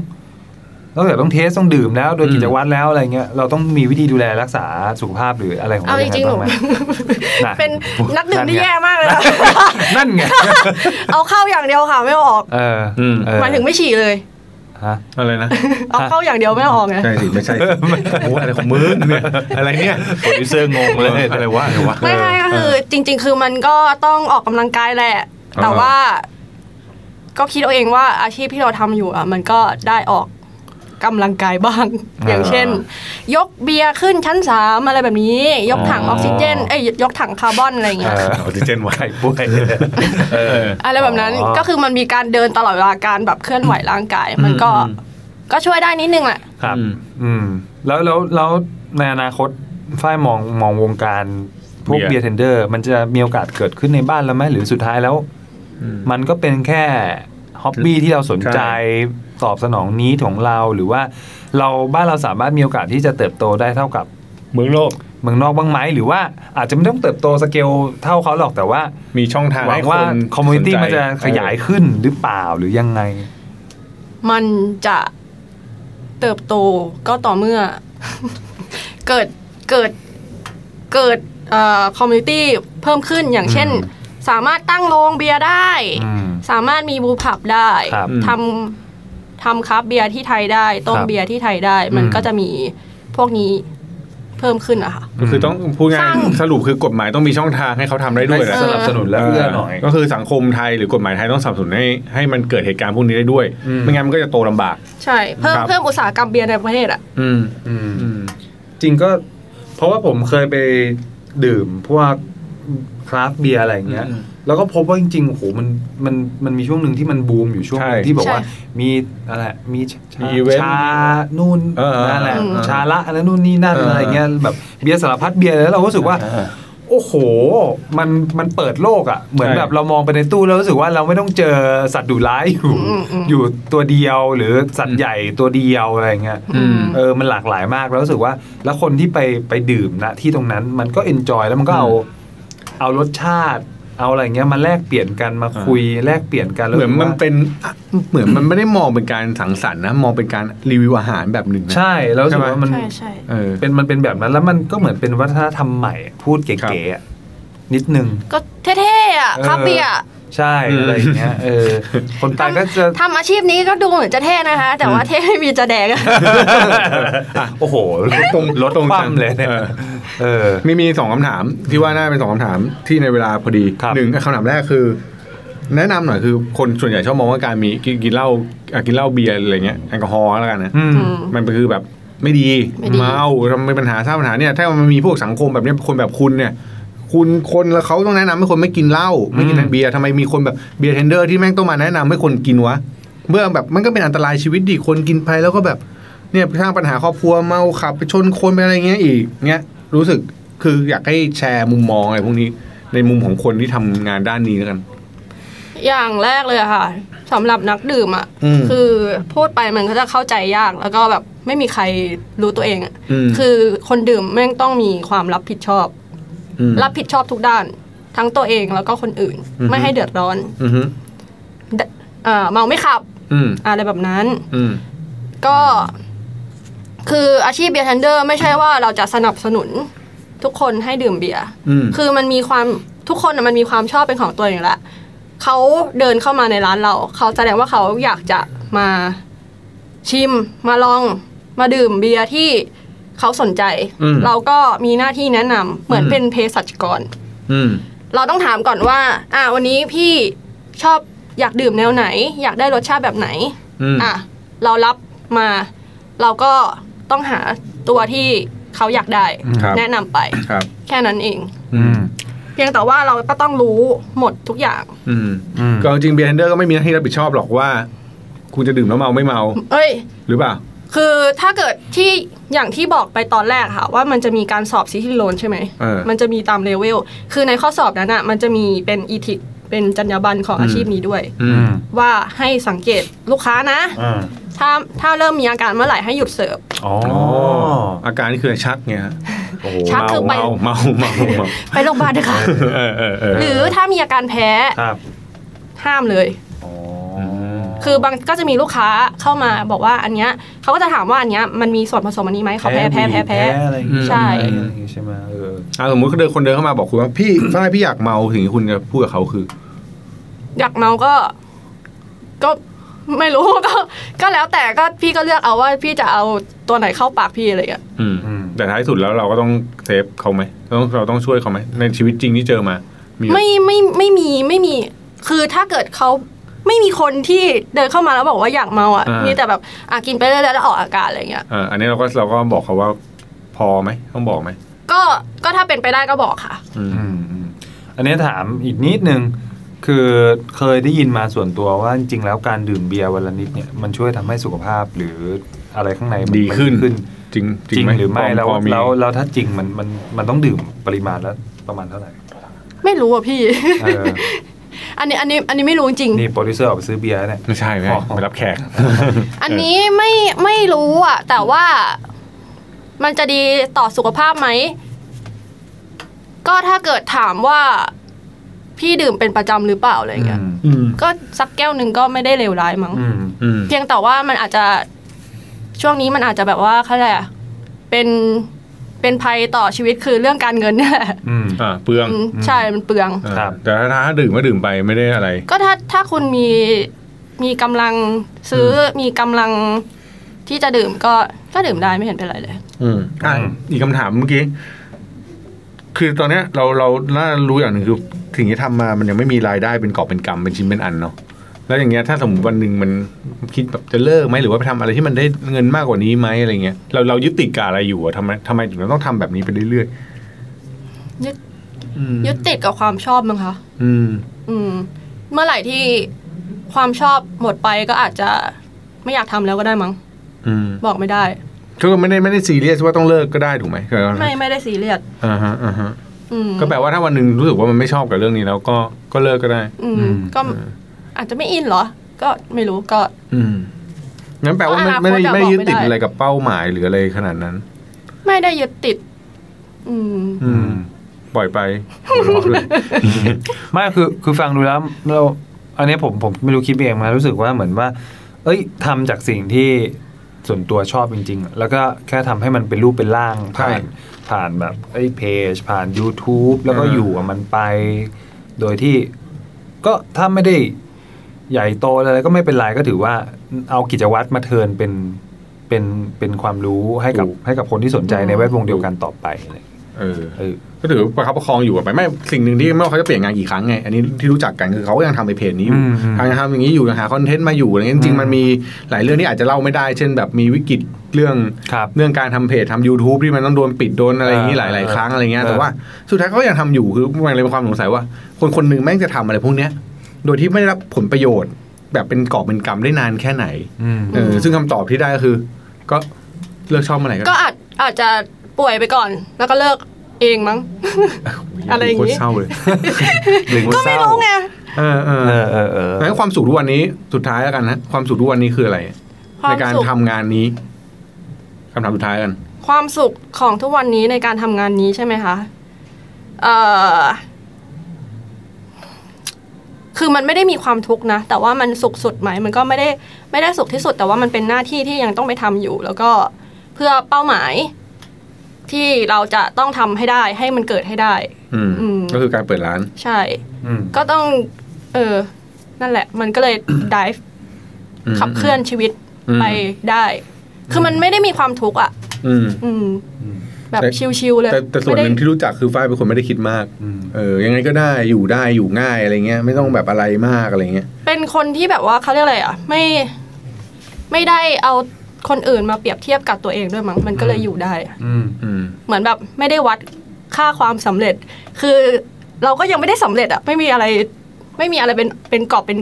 นอกจากต้องเทสต้องดื่มแล้ว โดย อืม กิจวัตรแล้วอะไรเงี้ยเราต้องมีวิธีดูแลรักษาสุขภาพหรืออะไรของ เอาจริงๆหนู บ้าไมน่ะ เป็นนักดื่มที่แย่มาก เลยนะ นั่นไง เอาเข้าอย่างเดียวค่ะไม่เอาออก เอออ ม เออ หมายถึงไม่ฉี่เลย ฮะ อะไรนะ เอาเข้าอย่างเดียวไม่เอาออกไง ใช่สิไม่ใช่สิโอ้อะไรของมึงเนี่ยอะไรเนี่ยโปรดิวเซอร์งงเลยอะไรวะอะไรวะ ไม่ใช่ก็คือ จริง ๆ คือมันก็ต้องออกกำลังกายแหละ อ่า แต่ว่า ก็คิดเอาเองว่าอาชีพที่เราทำอยู่อ่ะ มันก็ได้ออกกำลังกายบ้าง อย่างเช่น ยกเบียร์ขึ้นชั้นสามอะไรแบบนี้ ยกถังออกซิเจนเอ้ยยกถังคาร์บอนอะไรอย่างเงี้ย เออ ออกซิเจนไว้ไข่ป่วยเออ อะไรแบบนั้น อ๋อ ก็คือมันมีการเดินตลอดเวลาการแบบเคลื่อนไหวร่างกาย มันก็ อืม ก็ช่วยได้นิดนึงแหละ ครับ อืม อืม แล้วแล้วแล้วในอนาคตฝ้ายมองมองวงการพวก เบียร์ เบียร์เทนเดอร์ มันจะมีโอกาสเกิดขึ้นในบ้านเราไหมหรือสุดท้ายแล้ว มันก็เป็นแค่ฮ็อบบี้ที่เราสนใจ ใช่ ตอบสนองนี้ของเราหรือว่า เราบ้านเราสามารถมีโอกาสที่จะเติบโตได้เท่ากับ เมืองโลก เมืองนอกบ้างไหมหรือว่าอาจจะไม่ต้องเติบโตสเกลเท่าเขาหรอกแต่ว่า มีช่องทาง หวังว่าคอมมูนิตี้มันจะขยายขึ้นหรือเปล่าหรือยังไง มันจะเติบโตก็ต่อเมื่อ เกิดเกิดเกิดเอ่อคอมมูนิตี้เพิ่มขึ้นอย่างเช่น อืม สามารถตั้งโรงเบียร์ได้ อืม สามารถมีบูผับได้ ครับ ทำทำครับเบียร์ที่ไทยได้ ต้ม ครับ เบียร์ที่ไทยได้ มัน อืม ก็จะมีพวกนี้เพิ่มขึ้นอะค่ะ ก็คือต้องพูดง่า ส ย ร้าง สรุปคือกฎหมายต้องมีช่องทางให้เขาทำได้ด้วยแหละ ให้สนับสนุนและเอื้อหน่อย ก็คือสังคมไทยหรือกฎหมายไทยต้องสนับสนุนให้ให้มันเกิดเหตุการณ์พวกนี้ได้ด้วย อืม ไม่งั้นมันก็จะโตลำบาก ใช่ เพิ่ม ครับ เพิ่มอุตสาหกรรมเบียร์ในประเทศอะ อืม อืม จริงก็เพราะว่าผมเคยไปดื่มพวกคราฟต์เบียร์อะไรอย่างเงี้ย แล้วก็พบว่าจริงๆโอ้โหมันมันมันมีช่วงหนึ่งที่มันบูมอยู่ช่วงหนึ่งที่บอกว่า ใช่ มีอะไรมีชา อีเวนต์ ชานู่น เออเออ นั่นแหละ เออเออ ชาละอันนั้นนู่นนี่นั่น เออเออ อะไรเงี้ยแบบเบียร์สารพัดเบียร์เลยแล้วเราก็รู้สึกว่า โอ้โห มันมันเปิดโลกอ่ะ เหมือน ใช่ แบบเรามองไปในตู้แล้วรู้สึกว่าเราไม่ต้องเจอสัตว์ดุร้ายอยู่อยู่ตัวเดียวหรือสัตว์ใหญ่ตัวเดียวอะไรเงี้ย อืม เออ มันหลากหลายมาก แล้วรู้สึกว่า แล้วคนที่ไปไปดื่มนะที่ตรงนั้น มันก็เอนจอยแล้วมันก็เอา เอารสชาติ เอาอะไรเงี้ยมาแลกเปลี่ยนกัน มาคุยแลกเปลี่ยนกันแล้ว เหมือนมัน รู้สึกว่า เป็นเหมือนมันไม่ได้มองเป็นการสังสรรค์นะ มองเป็นการรีวิวอาหารแบบหนึ่งนะ ใช่ แล้วรู้สึก ใช่ไหม ว่ามัน ใช่ใช่ เออ เป็น มันเป็นแบบนั้น แล้วมันก็เหมือนเป็นวัฒนธรรมใหม่ พูด ครับ เก๋ๆอะนิดนึง ก็เท่ๆอะ เออ ครับเบียร์ ใช่ อะไรเงี้ย เออ คนตายก็จะ ทำอาชีพนี้ก็ดูเหมือนจะเท่นะคะ แต่ว่าเท่ไม่มีจะแดง โอ้โห ตรง รถ ตรง ค จั ว่ำ ง เลยเนี่ย เออ เออ มีมีสองคำถามที่ว่าน่าเป็นสองคำถามที่ในเวลาพอดี ครับ หนึ่งคำถามแรกคือ แนะนำหน่อยคือคนส่วนใหญ่ชอบมองว่าการมีกินกินเหล้าอ่ะกินเหล้าเบียร์อะไรเงี้ยแอลกอฮอล์แล้วกันนะ อืม มันคือแบบไม่ดี ไม่ดี เมาทำให้ปัญหาสร้างปัญหาเนี่ยถ้ามันมีพวกสังคมแบบเนี้ยคนแบบคุณเนี่ย คุณคนแล้วเขาต้องแนะนำให้คนไม่กินเหล้าไม่กิน อืม เบียร์ทำไมมีคนแบบเบียร์เทนเดอร์ที่แม่งต้องมาแนะนำให้คนกินวะเมื่อแบบมันก็เป็นอันตรายชีวิตดิคนกินไปแล้วก็แบบ เนี่ยสร้างปัญหาครอบครัวเมาขับไปชนคนไปอะไรเงี้ยอีกเงี้ยรู้สึกคืออยากให้แชร์มุมมองอะไรพวกนี้ในมุมของคนที่ทำงานด้านนี้แล้วกัน อย่างแรกเลยอะค่ะสำหรับนักดื่มอ่ะ อืม คือพูดไปมันก็จะเข้าใจยาก แล้วก็แบบไม่มีใครรู้ตัวเองอะ อืม คือคนดื่มแม่งต้องมีความรับผิดชอบ อืม รับผิดชอบทุกด้าน ทั้งตัวเองแล้วก็คนอื่น อือฮึ ไม่ให้เดือดร้อน อือฮึ เดเอ่อเมาไม่ขับ อืม อะไรแบบนั้น อืม ก็คืออาชีพเบียร์เทนเดอร์ไม่ใช่ว่าเราจะสนับสนุนทุกคนให้ดื่มเบียร์ อืม คือมันมีความทุกคนน่ะมันมีความชอบเป็นของตัวเองอยู่และเขาเดินเข้ามาในร้านเรา เขาแสดงว่าเขาอยากจะมาชิม มาลอง มาดื่มเบียร์ที่เขาสนใจ อืม เราก็มีหน้าที่แนะนำเหมือนเป็นเภสัชกร อืม เราต้องถามก่อนว่า อ่าวันนี้พี่ชอบอยากดื่มแนวไหน อยากได้รสชาติแบบไหน อืม อ่ะเรารับมา เราก็ต้องหาตัวที่เขาอยากได้ ครับ แนะนำไป ครับ แค่นั้นเอง อืม เพียงแต่ว่าเราก็ต้องรู้หมดทุกอย่าง อืม อืม ก็จริงเบียร์เทนเดอร์ก็ไม่มีหน้าที่รับผิดชอบหรอกว่า คุณจะดื่มแล้วเมาไม่เมา เอ้ย หรือเปล่า คือถ้าเกิดที่อย่างที่บอกไปตอนแรกค่ะ ว่ามันจะมีการสอบซิทิโลนใช่ไหม เออ มันจะมีตามเลเวล คือในข้อสอบนั้นอ่ะ มันจะมีเป็นอีทิกเป็นจรรยาบรรณของ อืม อาชีพนี้ด้วย อื อื ม ม ว่าให้สังเกตลูกค้านะ อ่า ถ้าถ้าเริ่มมีอาการเมื่อไหร่ให้หยุดเสิร์ฟ อ๋อ อ๋ออาการนี่คืออะไรชักเนี่ยฮะโอ้โห ชักคือไป เมาเมาเมาเมา ไปโรงพยาบาลนะคะ เออเออเออ หรือถ้ามีอาการแพ้ ครับ ห้ามเลย อ๋อ คือบางก็จะมีลูกค้าเข้ามาบอกว่าอันเนี้ยเขาก็จะถามว่าอันเนี้ยมันมีส่วนผสมอันนี้ไหมเขาแพ้แพ้แพ้แพ้ อะไรอย่างเงี้ย ใช่ อะไรอย่างเงี้ยใช่ไหมเออ อ่าสมมติเขาเดินคนเดินเข้ามาบอกคุณว่าพี่ ฝ้ายพี่อยากเมาถึงคุณจะพูดกับเขาคือ อยากเมาก็ ก็ไม่รู้ ก็ก็แล้วแต่ก็พี่ก็เลือกเอาว่าพี่จะเอาตัวไหนเข้าปากพี่อะไรอย่างเงี้ย อืม อืม แต่ท้ายสุดแล้วเราก็ต้องเซฟเขาไหมเราต้องเราต้องช่วยเขาไหมในชีวิตจริงที่เจอมามี ไม่ไม่ไม่มีไม่มี คือถ้าเกิดเขาไม่มีคนที่เดินเข้ามาแล้วบอกว่าอยากเมาอ่ะ ามี มีแต่แบบอ่ะกินไปเรื่อยๆแล้วออกอาการอะไรอย่างเงี้ย เอ่ออันนี้เราก็เราก็บอกเขาว่าพอไหมต้องบอกไหม ก็ก็ถ้าเป็นไปได้ก็บอกค่ะ อืม อืมอืมอันนี้ถามอีกนิดนึงคือเคยได้ยินมาส่วนตัวว่าจริงๆแล้วการดื่มเบียร์วันละนิดเนี่ยมันช่วยทำให้สุขภาพหรืออะไรข้างในมัน ดีขึ้น มัขึ้น จริง จริงหรือไม่ พ แล้ว พอมี แล้วแล้วถ้าจริงมันมันมันต้องดื่มปริมาณแล้วประมาณเท่าไหร่ ไม่รู้อ่ะพี่ เออ อันนี้อันนี้อันนี้ไม่รู้จริง นี่โปรดิวเซอร์ออกไปซื้อเบียร์เนี่ย ไม่ใช่ไม่ อ๋อ ไปรับแขก อันนี้ไม่ไม่รู้อ่ะ แต่ว่ามันจะดีต่อสุขภาพไหม ก็ถ้าเกิดถามว่าพี่ดื่มเป็นประจำหรือเปล่าอะไรเงี้ย อืม อืม ก็สักแก้วหนึ่งก็ไม่ได้เลวร้ายมั้ง อืม อืม เพียงแต่ว่ามันอาจจะช่วงนี้มันอาจจะแบบว่าเขาเรียกอะไรอะเป็นเป็นภัยต่อชีวิตคือเรื่องการเงินเนี่ยแหละ อืม อ่าเปลือง อืมใช่มันเปลือง อ่า ครับ แต่ถ้าถ้าดื่มก็ดื่มไปไม่ได้อะไร ก็ถ้าถ้าคุณมีมีกำลังซื้ออมีกำลังที่จะดื่มก็ก็ดื่มได้ไม่เห็นเป็นไรเลย อืมอ่ะ อืม อีกคำถามเมื่อกี้ คือตอนเนี้ยเราเราน่ารู้อย่างหนึ่งคือสิ่งที่ทำมามันยังไม่มีรายได้เป็นกอบเป็นกำเป็นชิ้นเป็นอันเนาะแล้วอย่างเงี้ยถ้าสมมติวันหนึ่งมันคิดแบบจะเลิกไหมหรือว่าไปทำอะไรที่มันได้เงินมากกว่านี้ไหมอะไรเงี้ยเราเรายึดติดกับอะไรอยู่อะทำไมทำไมถึงเราต้องทำแบบนี้ไปเรื่อยๆ ยึด อืม ยึดติดกับความชอบมั้งคะ อืม อืม เมื่อไหร่ที่ความชอบหมดไปก็อาจจะไม่อยากทำแล้วก็ได้มั้ง อืม บอกไม่ได้ ก็ไม่ได้ไม่ได้ซีเรียสว่าต้องเลิกก็ได้ถูกไหมก็ ไม่ไม่ได้ซีเรียส อ่าฮะอ่าฮะ อืม ก็แปลว่าถ้าวันหนึ่งรู้สึกว่ามันไม่ชอบกับเรื่องนี้แล้วก็ก็เลิกก็ได้ อืม ก็อาจจะไม่อินเหรอ ก็ไม่รู้ก็ อืมงั้นแปลว่าอไม่นาคต ไม่ได้ อะ ไม่ได้ยึด บอกไม่ ติด ได้ อะไรกับเป้าหมายหรืออะไรขนาดนั้น ไม่ได้ยึดติด อืม อืม ปล่ อยไปหัวเราะด้วย ไม่คือคือฟังดูแล้วเราอันนี้ผมผมไม่รู้คิดเองมารู้สึกว่าเหมือนว่า เอ้ยทำจากสิ่งที่ส่วนตัวชอบจริง ๆ แล้วก็แค่ทำให้มันเป็นรูปเป็นร่าง ใช่ ผ่านผ่านแบบไอ้เพจ ผ่าน YouTube แล้วก็ อ่า อยู่กับมันไป โดยที่ก็ถ้าไม่ได้ใหญ่โตอะไรก็ไม่เป็นไรก็ถือว่าเอากิจวัตรมาเทิร์นเป็นเป็นเป็นความรู้ให้กับให้กับคนที่สนใจในแวดวงเดียวกันต่อไปอะไรอย่างเงี้ย เออ เออ ก็ถือประคับประคองอยู่อะไปไม่สิ่งหนึ่งที่ไม่ว่าเขาจะเปลี่ยนงานกี่ครั้งไง อันนี้ที่รู้จักกันคือเขาก็ยังทำในเพจนี้อยู่ อืมอืม ทางยังทำอย่างนี้อยู่ยังหาคอนเทนต์มาอยู่อะไรเงี้ยจริงๆมันมีหลายเรื่องที่อาจจะเล่าไม่ได้ เช่นแบบมีวิกฤตเรื่อง ครับ เรื่องการทำเพจทำ YouTube ที่มันต้องโดนปิดโดนอะไรอย่างนี้หลายๆครั้งอะไรเงี้ย เออ แต่ว่าสุดท้ายเขาก็ยังทำอยู่คือมันเลยเป็นความสงสัยว่า คนคนหนึ่งแม่งจะทำอะไรพวกเนี้ยโดยที่ไม่ได้รับผลประโยชน์ แบบเป็นกอบเป็นกำได้นานแค่ไหน อืม เออซึ่งคำตอบที่ได้ก็คือ ก็เลือกชอบเมื่อไหร่ก็ ก็ ได้ อาจอาจจะป่วยไปก่อน แล้วก็เลิกเองมั้ง อะไรอย่างงี้ โคตเศร้า เลย ก็ไม่รู้ไง เออเออ เออเออเออ งั้นความสุขทุกวันนี้สุดท้ายแล้วกันนะความสุขทุกวันนี้คืออะไร ควา ใน ม การ สุข ทำงานนี้คำถามสุดท้ายกัน ความสุขของทุกวันนี้ในการทำงานนี้ใช่ไหมคะ เอ่อ คือมันไม่ได้มีความทุกข์นะ แต่ว่ามันสุขสุดไหม มันก็ไม่ได้ไม่ได้สุขที่สุด แต่ว่ามันเป็นหน้าที่ที่ยังต้องไปทำอยู่ แล้วก็เพื่อเป้าหมาย ที่เราจะต้องทำให้ได้ ให้มันเกิดให้ได้ อืม อืม ก็คือการเปิดร้าน ใช่ อืม ก็ต้อง เออ นั่นแหละ มันก็เลย dive อืม ขับเคลื่อนชีวิต อืม ไปได้ คือมันไม่ได้มีความทุกข์อ่ะ อืม อืม แบบ แต่ ชิวๆเลย แต่แต่ส่วนหนึ่ง ไม่ได้ ที่รู้จักคือฝ้ายเป็นคนไม่ได้คิดมาก อืม เออ ยังไงก็ได้อยู่ได้อยู่ง่ายอะไรเงี้ย ไม่ต้องแบบอะไรมากอะไรเงี้ย เป็นคนที่แบบว่าเขาเรียกอะไรอ่ะ ไม่ไม่ได้เอาคนอื่นมาเปรียบเทียบกับตัวเองด้วยมั้งมันก็เลยอยู่ได้ อืม อืม เหมือนแบบไม่ได้วัดค่าความสำเร็จ คือเราก็ยังไม่ได้สำเร็จอ่ะไม่มีอะไร ไม่มีอะไรเป็นเป็นกอบเป็น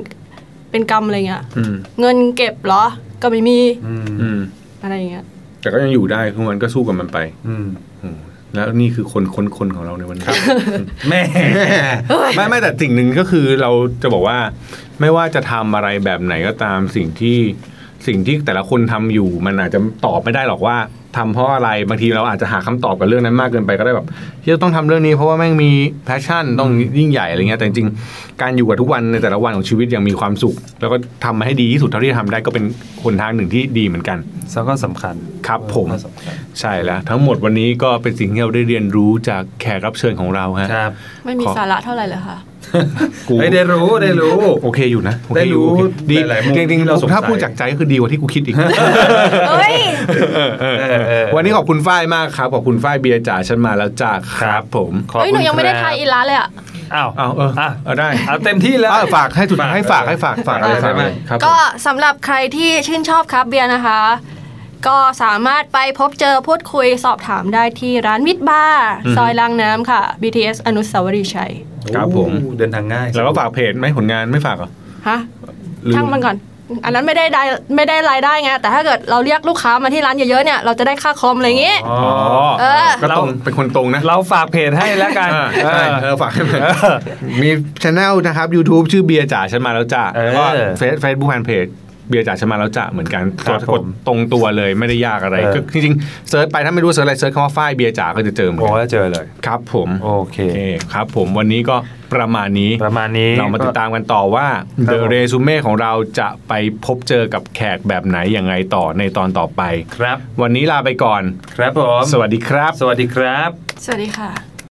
เป็นกรรมอะไรเงี้ย อืม เงินเก็บเหรอ ก็ไม่มี อืม อืม อะไรเงี้ย แต่ก็ยังอยู่ได้คือมันก็สู้กับมันไป อืม อืมแล้วนี่คือคนคนคนของเราในวันนี้ แม่ ไม่ไม่แต่สิ่งหนึ่งก็คือเราจะบอกว่า ไม่ว่าจะทำอะไรแบบไหนก็ตามสิ่งที่สิ่งที่แต่ละคนทำอยู่ มันอาจจะตอบไม่ได้หรอกว่า ทำเพราะอะไรบางทีเราอาจจะหาคำตอบกับเรื่องนั้นมากเกินไปก็ได้แบบที่จะต้องทำเรื่องนี้เพราะว่าแม่งมีแพชชั่นต้องยิ่งใหญ่อะไรเงี้ยแต่จริงๆการอยู่กับทุกวันในแต่ละวันของชีวิตยังมีความสุข แล้วก็ทำมาให้ดีที่สุดเท่าที่จะทำได้ก็เป็นหนทางหนึ่งที่ดีเหมือนกัน แล้วก็สำคัญ ครับผม ก็สำคัญ ใช่แล้ว ทั้งหมดวันนี้ก็เป็นสิ่งที่เราได้เรียนรู้จากแขกรับเชิญของเราฮะ ครับ ไม่มีสาระเท่าไหร่เลยค่ะ กู เฮ้ยได้รู้ได้รู้ โอเคอยู่นะโอเค ได้รู้ โอเคดี หลายๆมุม จริง ที่เราสงสัย ๆถ้าพูดจากใจก็คือดีกว่าที่กูคิดอีก เฮ้ย เออเออ วันนี้ขอบคุณฝ้ายมากครับ ขอบคุณฝ้ายเบียร์จ๋าฉันมาแล้วจ้าครับผม ขอบ เฮ้ย ห คุ นู ณ ยังไม่ได้ ครับ ทายอีร้านเลยอ่ะ อ้าว เอาเออ อ่ะ เอาได้ เอาเต็มที่แล้ว เออฝากให้สุดท้ายให้ฝากให้ฝากฝากอะไรฝาก กฝาอะไร อะไรครับผม ก็สำหรับใครที่ชื่นชอบครับเบียร์นะคะ ก็สามารถไปพบเจอพูดคุยสอบถามได้ที่ร้านมิตรบาร์ซอยลางน้ำค่ะ BTS อนุสาวรีย์ชัย ครับผม โอ้เดินทางง่าย แล้วก็ฝากเพจไหมผลงานไม่ฝากเหรอ ฮะ หรือ ช่างมันก่อน อันนั้นไม่ได้ได้ไม่ได้รายได้ไง แต่ถ้าเกิดเราเรียกลูกค้ามาที่ร้านเยอะๆเนี่ย เราจะได้ค่าคอมอะไรอย่างงี้ อ๋อ เออ ก็ตรง เรา เป็นคนตรงนะ เราฝากเพจให้แล้วกัน อ่าใช่เอ เอ อ อ ฝากให้หน่อยมีช anel นะครับ YouTube ชื่อเบียร์จ๋าฉันมาแล้วจ้า เออ แล้วก็เฟซเฟซบุ๊กแฟนเพจเบียร์จ๋าฉันมาแล้วจ้าเหมือนกัน ครับ กดตรงตัวเลยไม่ได้ยากอะไร เออ ก็จริงๆเซิร์ชไปถ้าไม่รู้เซิร์ชอะไรเซิร์ชคำว่าฝ้ายเบียร์จ๋าก็จะเจอเหมือน โอ้ กัน แล้วเจอเลย ครับผม โอเค โอเคครับผมวันนี้ก็ประมาณนี้ ประมาณนี้ เรามาติดตามกันต่อว่า ครับ The ผม Resume ของเราจะไปพบเจอกับแขกแบบไหนยังไงต่อในตอนต่อไป ครับ วันนี้ลาไปก่อน ครับผม สวัสดีครับ สวัสดีครับ สวัสดีค่ะ